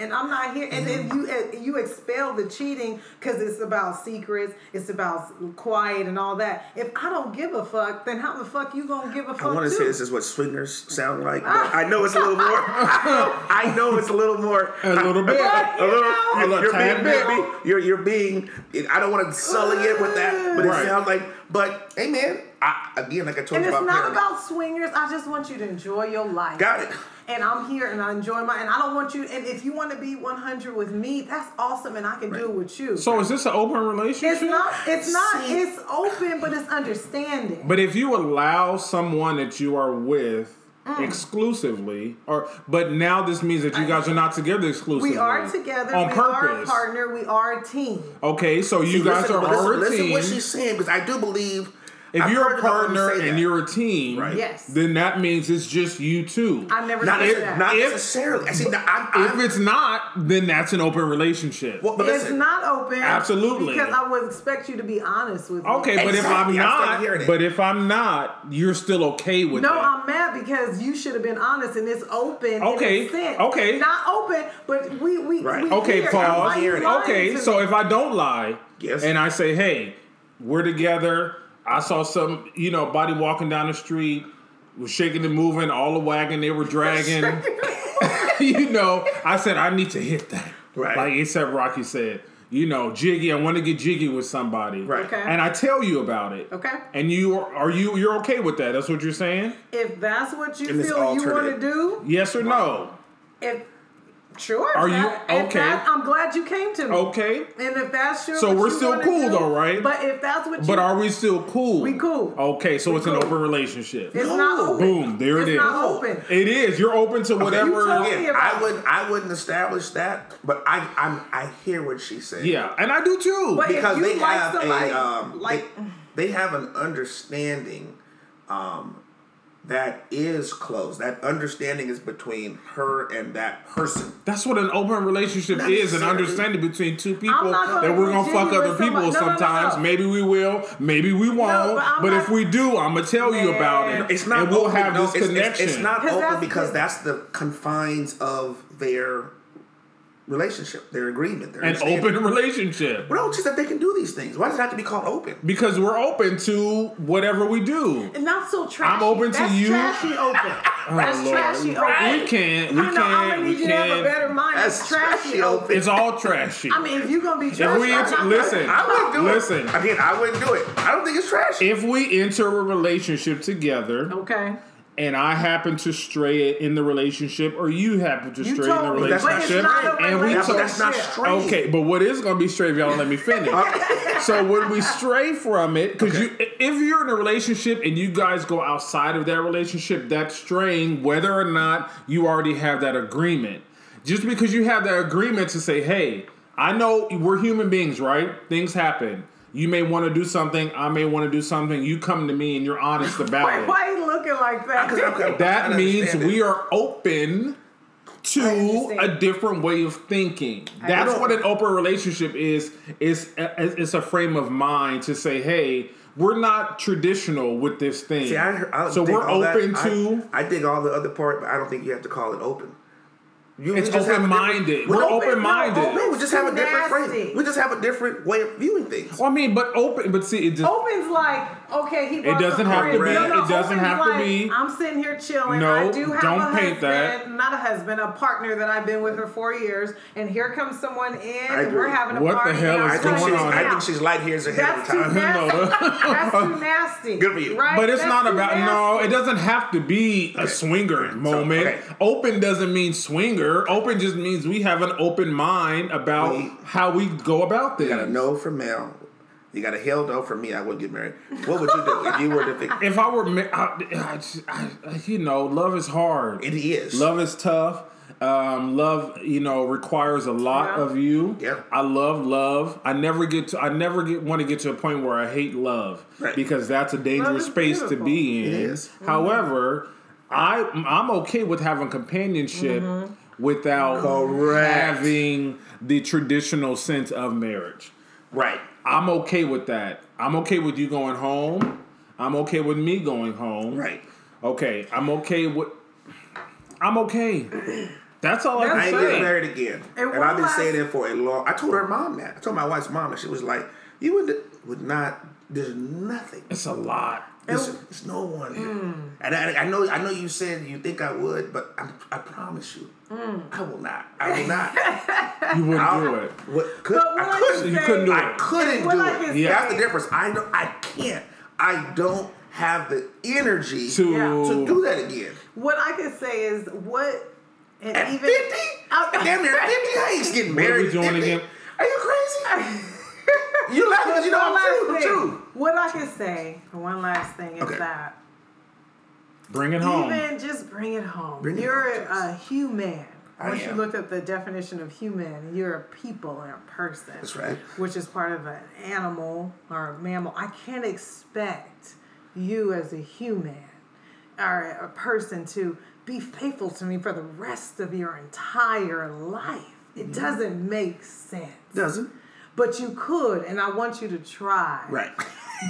and I'm not here. And then you eh, you expel the cheating because it's about secrets, it's about quiet and all that. If I don't give a fuck, then how the fuck you gonna give a fuck?
I want to
too?
say this is what swingers sound like, but I know it's a little more. I know, I know it's a little more.
A little bit.
A
But, you
little,
know,
you're,
A little
you're being,
tad
you're
bit.
being, you're, you're being, I don't want to sully it with that, but it
Right.
sounds like, but hey man, I, again, like I told
and
you
it's
about
not
parenting.
about swingers. I just want you to enjoy your life.
Got it.
and I'm here and I enjoy my and I don't want you and if you want to be 100 with me, that's awesome and I can do it with you.
So is this an open relationship?
it's not it's not
See-
it's open but it's understanding.
But if you allow someone that you are with
Mm.
exclusively, or but now this means that you guys are not together exclusively.
we are together,
on
we are a
purpose.
partner, we are a team.
okay, so you
Listen,
guys are
but listen,
already.
listen what she's saying because I do believe
If
I've
you're
heard
a
other people
partner
say that.
and you're a team,
Right.
Yes.
then that means it's just you two.
I never
not,
said
if,
that.
not
If-
necessarily. I see, now, I'm,
if
I'm,
it's not, then that's an open relationship.
well, but
it's
listen,
not open.
Absolutely.
Because I would expect you to be honest with me.
okay, but if I'm
Exactly, I'm still hearing
not,
it.
but if I'm not, you're still okay with
No,
that.
I'm mad because you should have been honest and it's open. in a
Okay,
sense.
okay.
Not open, but we we,
Right.
we
Okay,
here.
pause.
Why you lying
Okay,
to
so
me?
if I don't lie,
Yes.
and I say, "Hey, we're together," I saw some, you know, body walking down the street, was shaking and moving, all the wagon they were dragging. you know, I said I need to hit that,
Right.
Like ASAP Rocky said, you know, jiggy. I want to get jiggy with somebody,
Right.
Okay.
And I tell you about it,
Okay.
And you are, are you you're okay with that? That's what you're saying?
If that's what you
And it's
feel you want to
alternate.
do,
Yes or no?
if sure.
Are
if
you-
that- if
okay.
that- I'm glad you came to me.
Okay.
And if that's your
So
what
we're
you
still
wanna
cool
do,
though, right?
But if that's what you,
But are we still cool?
We cool.
Okay, so
We
it's
cool.
an open relationship.
it's not
No.
open.
Boom, there
it's
it is.
Not open.
It is. You're open to
You
whatever.
told me
again,
about
I
it.
wouldn't, I wouldn't establish that, but I, I'm, I hear what she's saying.
yeah, and I do too.
But- if
because
you
they
like
have
somebody,
a um,
like-
they, they have an understanding um, that is closed. That understanding is between her and that person.
That's what an open relationship
Not
is—an
necessarily.
understanding between two people
not gonna
that we're gonna
continue
fuck
with
other people
somebody- no, no, no,
sometimes.
no.
Maybe we will, maybe we won't.
but I'm
but
not-
if we do, I'm gonna tell you about
Man.
it.
It's not.
And we'll
open,
have
no,
this
it's, it's-
connection.
It's, not
'Cause
open
that's
because
the-
that's the confines of their relationship, their agreement, their
an
understanding.
open relationship
No, it's just that they can do these things. Why does it have to be called open?
because we're open to whatever we do.
And not so trashy.
I'm open to
That's
you. Oh,
Trashy open. That's
Lord.
trashy open.
We can't. We
I know. I'm
can't.
gonna
We
need you to have a
can't.
better mind.
That's
That's
trashy
trashy
open.
open.
It's all trashy.
I mean, if you're gonna be
If
trashy,
we
I'm
into,
not-
listen,
I wouldn't do
listen.
it. Again, I wouldn't do it. I don't think it's trashy.
If we enter a relationship together,
Okay.
and I happen to stray in the relationship, or you happen to
You
stray in the
told me, but
it's not
relationship,
a
and we
That's,
relationship.
took
that's not
Yeah.
straight.
Okay, but what is going to be straight if y'all don't let me finish? so when we stray from it, because you, if you're in a relationship and you guys go outside of that relationship, that's straying, whether or not you already have that agreement. Just because you have that agreement to say, "Hey, I know we're human beings, right? Things happen." You may want to do something. I may want to do something. You come to me and you're honest about
Wait,
it.
why are you looking like that?
Because I'm- I'm
That
trying to
means
understand it.
we are open to
understand.
a different way of thinking. That's
don't-
what an open relationship is. Is it's a frame of mind to say, hey, we're not traditional with this thing.
See, I, I
so
think
we're
all that-
open
I-
to.
I, think all the other part, but I don't think you have to call it open. You,
It's
we just have a different-
open-minded. We're
open-
open-minded.
No, no, we just have a
Too
different frame.
nasty.
We just have a different way of viewing things.
well, I mean, but open, but see, it just
Open's like, okay, he brought
doesn't
some
have to
ribs.
be-
No, no,
it
doesn't
open's
have to
like,
be-
I'm sitting here chilling.
No,
I do have
don't
a husband,
paint that.
not a husband, a partner that I've been with for four years, and here comes someone in,
I
and we're
agree.
having a
What the
party.
hell
and
is
our
I think,
going
country's
she's,
on?
I
out.
think she's light years ahead of
That's too
time.
nasty.
No.
That's too nasty.
Good for you.
Right?
But it's
That's
not
too
about no.
nasty.
It doesn't have to be a swinger moment.
okay.
Open doesn't mean swinger. Open just means we have an open mind about
We-
how we go about
You got
this.
a no from Mel. You got a hell no from me. I would get married. What would you do if you were to think?
If I were, ma- I, I just- I- I- you know, love is hard.
It is.
Love is tough. Um, love, you know, requires a lot
Yeah.
of you.
Yep.
I love love. I never get to. I never get want to get to a point where I hate love
Right.
because that's a dangerous
is
space to
beautiful.
be in.
It is.
However, I I'm okay with having companionship without
Correct.
having the traditional sense of marriage.
Right.
I'm okay with that. I'm okay with you going home. I'm okay with me going home.
Right.
Okay. I'm okay with. I'm okay. That's all I
I
That's
can
ain't getting
say.
married again.
And
And
one
I've been
last-
saying it for a long. I told her mom that. I told my wife's mom, and she was like, "You would would not. There's nothing.
It's a lot.
There's, there's no one here." And I, I know, I know you said you think I would, but I, I promise you, I will not. I will not.
You wouldn't
I'll-
do it.
What, could,
But what
I couldn't.
You couldn't do it.
I couldn't
What
do
I can
it.
say-
That's the difference. I know I can't. I don't have the energy
To,
to,
Yeah.
do that again.
What I can say is what, and
At
even Uh,
fifty, damn near fifty, I ain't getting
are
married.
we doing
50.
again?
Are you crazy? you laughing because you know
One last
I'm true.
thing.
True.
What I can say, one last thing, is
Okay.
that
Bring it home.
even just bring it home.
Bring it
you're
home,
a human.
I
Once you
am.
look up the definition of human, you're a people and a person.
That's right.
Which is part of an animal or a mammal. I can't expect you as a human or a person to be faithful to me for the rest of your entire life.
Mm-hmm.
It doesn't make sense.
Doesn't.
But you could, and I want you to try.
Right.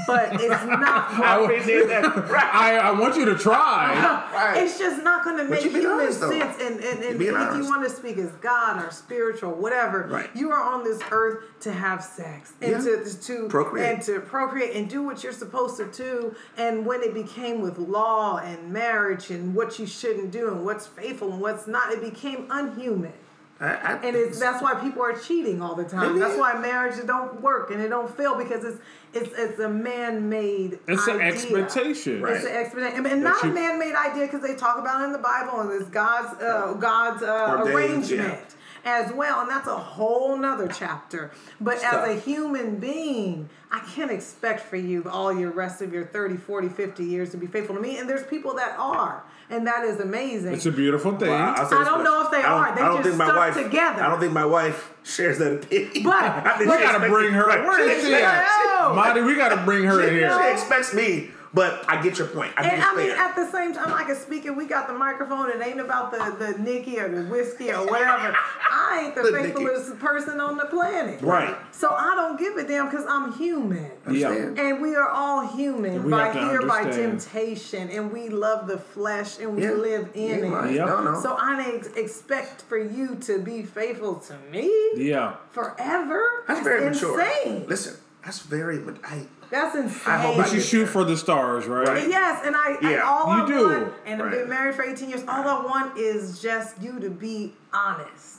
But it's not
I,
going
would- I, I want you to try.
Right.
it's just not going to make
you being
human
honest, though.
sense. And, and, and
being
if you
honest.
want to speak as God or spiritual, whatever,
Right.
you are on this earth to have sex and
Yeah.
to, to
Procreate.
and to procreate and do what you're supposed to do. And when it became with law and marriage and what you shouldn't do and what's faithful and what's not, it became unhuman.
I, I,
And it's that's why people are cheating all the time.
It
That's
is.
why marriages don't work and it don't fail because it's it's it's a man-made.
It's an
idea.
expectation.
Right.
It's an explanation, and, and not
you-
a man-made idea because they talk about it in the Bible and it's God's uh, God's uh,
Ordained,
arrangement as well, and that's a whole nother chapter. But as
tough.
a human being, I can't expect for you all your rest of your 30, 40, 50 years to be faithful to me, and there's people that are, and that is amazing.
It's a beautiful thing.
I'll- I'll say
I
this
don't
much.
know if they
I don't-
are. They
I don't
just
think my
stuck
wife,
together.
I don't think my wife shares that opinion.
But-
I think
we
she
gotta
expects-
bring her.
Right.
Where
She
is she
expects-
at?
No.
Marty, we gotta bring her in
She
here.
expects me, but I get your point. I
And
think it's
I mean,
fair.
at the same time, I can speak and we got the microphone. It ain't about the, the Nikki or the whiskey or whatever. I ain't the,
The Nikki.
faithfulest person on the planet.
Right.
So I don't give a damn because I'm human.
Yeah.
And we are all human
we
by
have to
here, by
understand.
temptation, and we love the flesh and we
Yeah.
live in
Yeah,
it.
right.
Yep.
No, no.
So I didn't expect for you to be faithful to me
Yeah.
forever.
That's very
insane.
mature. Listen, that's very. ma- I,
That's insane.
I hope I
But you shoot for the stars, right?
Right.
Yes, and I, and
Yeah,
all
you
I
do.
want, and I've
Right.
been married for 18 years, all I want is just you to be honest.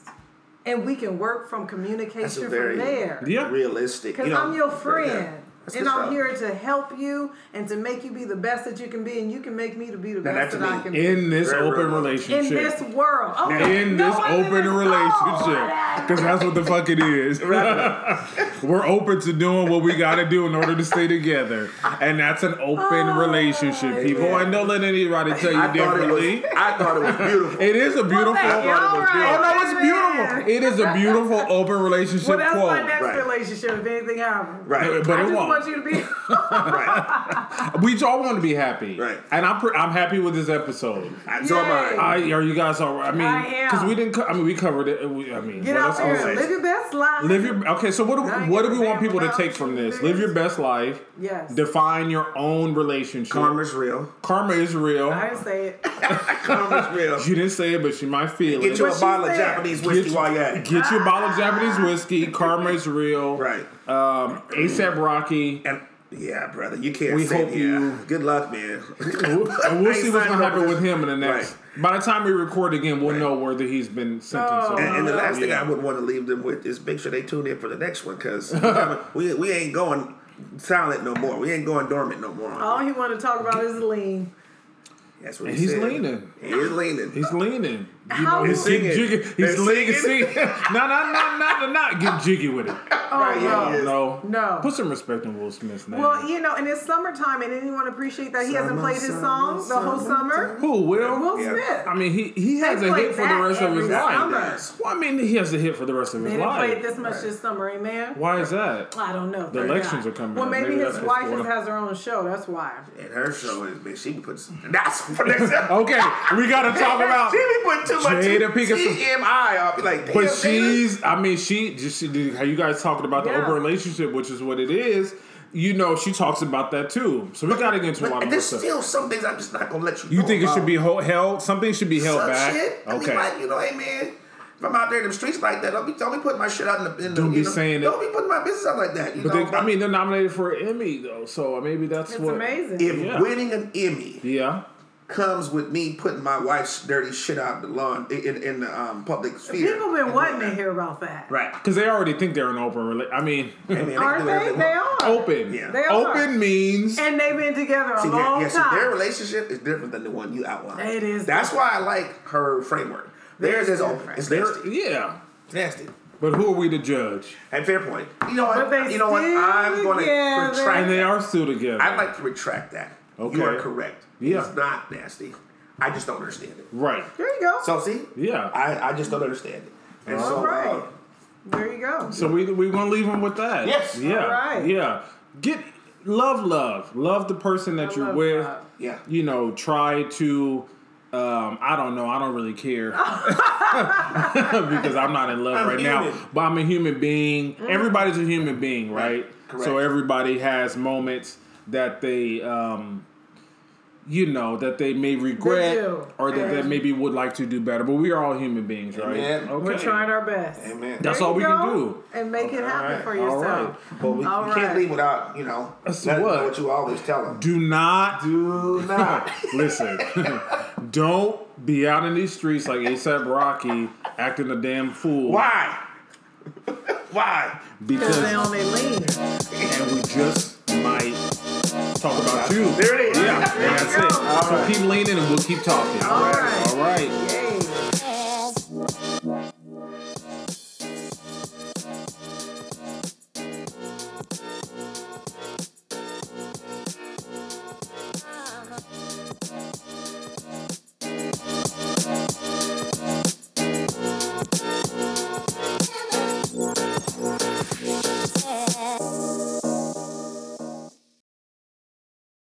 And we can work from
that's a
communication
very
from there.
Yeah.
realistic.
Because
you know,
I'm your
right there.
friend.
That's
And
good
I'm
stuff.
here to help you and to make you be the best that you can be, and you can make me to be the
that's
best that I
me.
can be.
In this
Very
open
real.
relationship.
In this world. Okay.
In
No
this
one's in
open
this-
relationship.
Oh,
Because that's what the fuck it is. We're open to doing what we got to do in order to stay together. And that's an open
Ah.
relationship, people. And don't let anybody tell you
I thought it
differently.
was. I thought it was beautiful.
It is a beautiful.
Well, thank you. All right,
Oh no, it's
man.
beautiful. It is a beautiful open relationship
Well, that's my
quote.
next
Right.
relationship. If anything happens,
right.
But
I
it
just want
won't.
you to be.
right.
We all want to be happy,
Right.
And I'm pre- I'm happy with this episode.
So am
Yay.
I.
I, are you guys all right? I
I
mean,
am.
because we didn't. Co- I mean, we covered it. We, I mean,
Get
well,
out
that's
there,
all-
always-
live your best life.
Live your okay. So what do
Now
we,
you
what
get
do
to
we want
say
people to
about
take from this?
this.
Live your best life.
Yes.
Define your own relationship.
Karma's real.
Karma is real.
I didn't say it.
Karma's real.
She didn't say it, but she might feel
Get
it.
you
What
a
she
bottle of
said.
Japanese whiskey
Get-
while you're at it.
Get your bottle of Japanese whiskey. Karma is real.
Right.
Um, ASAP Rocky.
And yeah, brother, you can't.
We
say,
hope
yeah.
you-
Good luck, man.
And we'll, and we'll
I ain't
see what's
signing
gonna
up
happen
for
with
this.
him in the next. By the time we record again, we'll know whether he's been sentenced. or
Oh.
not.
And, and the last thing
Yeah.
I would want to leave them with is make sure they tune in for the next one because we, haven't- we we ain't going silent no more. We ain't going dormant no more.
All he wanted to talk about is lean.
That's what
And
he
he's
said.
leaning.
He is leaning.
He's leaning. You know,
How- They're
he's getting
singing.
jiggy. He's
They're
leaning. See,
singing.
no, no, no, no, no, no. Get jiggy with it.
Oh
Right, yeah,
no.
yeah.
No,
No.
Put some respect on Will Smith's name.
Well, you know, and it's summertime, and anyone appreciate that he hasn't
Summer,
played his
summer,
song the whole summer.
Who Will?
Will
Yeah.
Smith.
I mean, he he has
They
a
play
hit for the
that
rest of
every
his
summer.
life.
Yes.
Well, I mean, he has a hit for the rest of his
They didn't play it
life.
this much this summer, amen.
Why is that?
I don't know. Thank
elections
God.
are coming
Well,
up.
maybe,
Maybe
his
that's what's
wife
going on.
has her own show. That's why.
And her show is man, she be putting some, that's for next
Okay, we gotta Oh, talk about.
she be putting too much
Jada Pinkett-
TMI up. Like,
But
damn, Jada.
she's, I mean, she just she did, how you guys talked about the
Yeah.
open relationship, which is what it is. You know, she talks about that too. So we gotta get into a lot
But
of more
there's
stuff.
still some things I'm just not gonna let you.
You
know
think it
about.
should be ho- held? Something should be held
some
back.
shit. I mean,
Okay.
like you know, hey man, if I'm out there in the streets like that, don't be don't be putting my shit out in the. In the
Don't be
you know,
saying
Don't be putting my business out like that. You
but
know,
they, I mean, they're nominated for an Emmy though, so maybe that's
It's
what.
amazing.
if
yeah.
winning an Emmy
Yeah.
comes with me putting my wife's dirty shit out the lawn in in the um, public sphere,
People been wanting to hear about that.
right?
Because they already think they're an open rela- I mean,
Hey, man, can
Aren't
do whatever
they? They
want.
are.
open.
Yeah.
They are.
Open means.
And they've been together a
See, their,
long
yeah, see, their
time.
relationship is different than the one you outlined.
It is
That's why I like her framework. Theirs is open.
different.
It's
they're-
nasty.
yeah.
It's nasty.
But who are we to judge?
And fair point. You know what?
But they
You know what?
still
I'm going
together.
to retract.
And they are still together.
I'd like to retract that.
Okay.
You are correct.
Yeah.
It's not nasty. I just don't understand it.
right.
There you go.
So see?
Yeah.
I, I just don't understand it. And so,
All right.
uh,
There you go.
So we we gonna leave them with that.
Yes.
Yeah.
All right.
Yeah. Get love, love, love the person that
I
you're
love
with.
that.
yeah.
You know, try to. Um, I don't know. I don't really care because I'm not in love
I'm
right
human. Mm-hmm.
now. But I'm a human being. Everybody's a human being, right?
Correct.
So everybody has moments that they, um, you know, that they may regret
do.
or that they
And-
maybe would like to do better. But we are all human beings, right?
Amen.
Okay.
We're trying our best.
Amen.
That's
There
all
you
we can
go.
do.
And make it happen
right,
for
all
yourself.
right.
But we you
All
can't
right.
leave without, you know,
That's
letting them
what?
know what you always tell them.
Do not
Do not.
Listen, don't be out in these streets like ASAP Rocky acting a damn fool.
Why? Why?
Because they
Because
on their lean.
and we just might talk about you.
There it is.
Yeah, and that's it.
There you go.
So keep leaning and we'll keep talking.
All right.
All right.
Yay.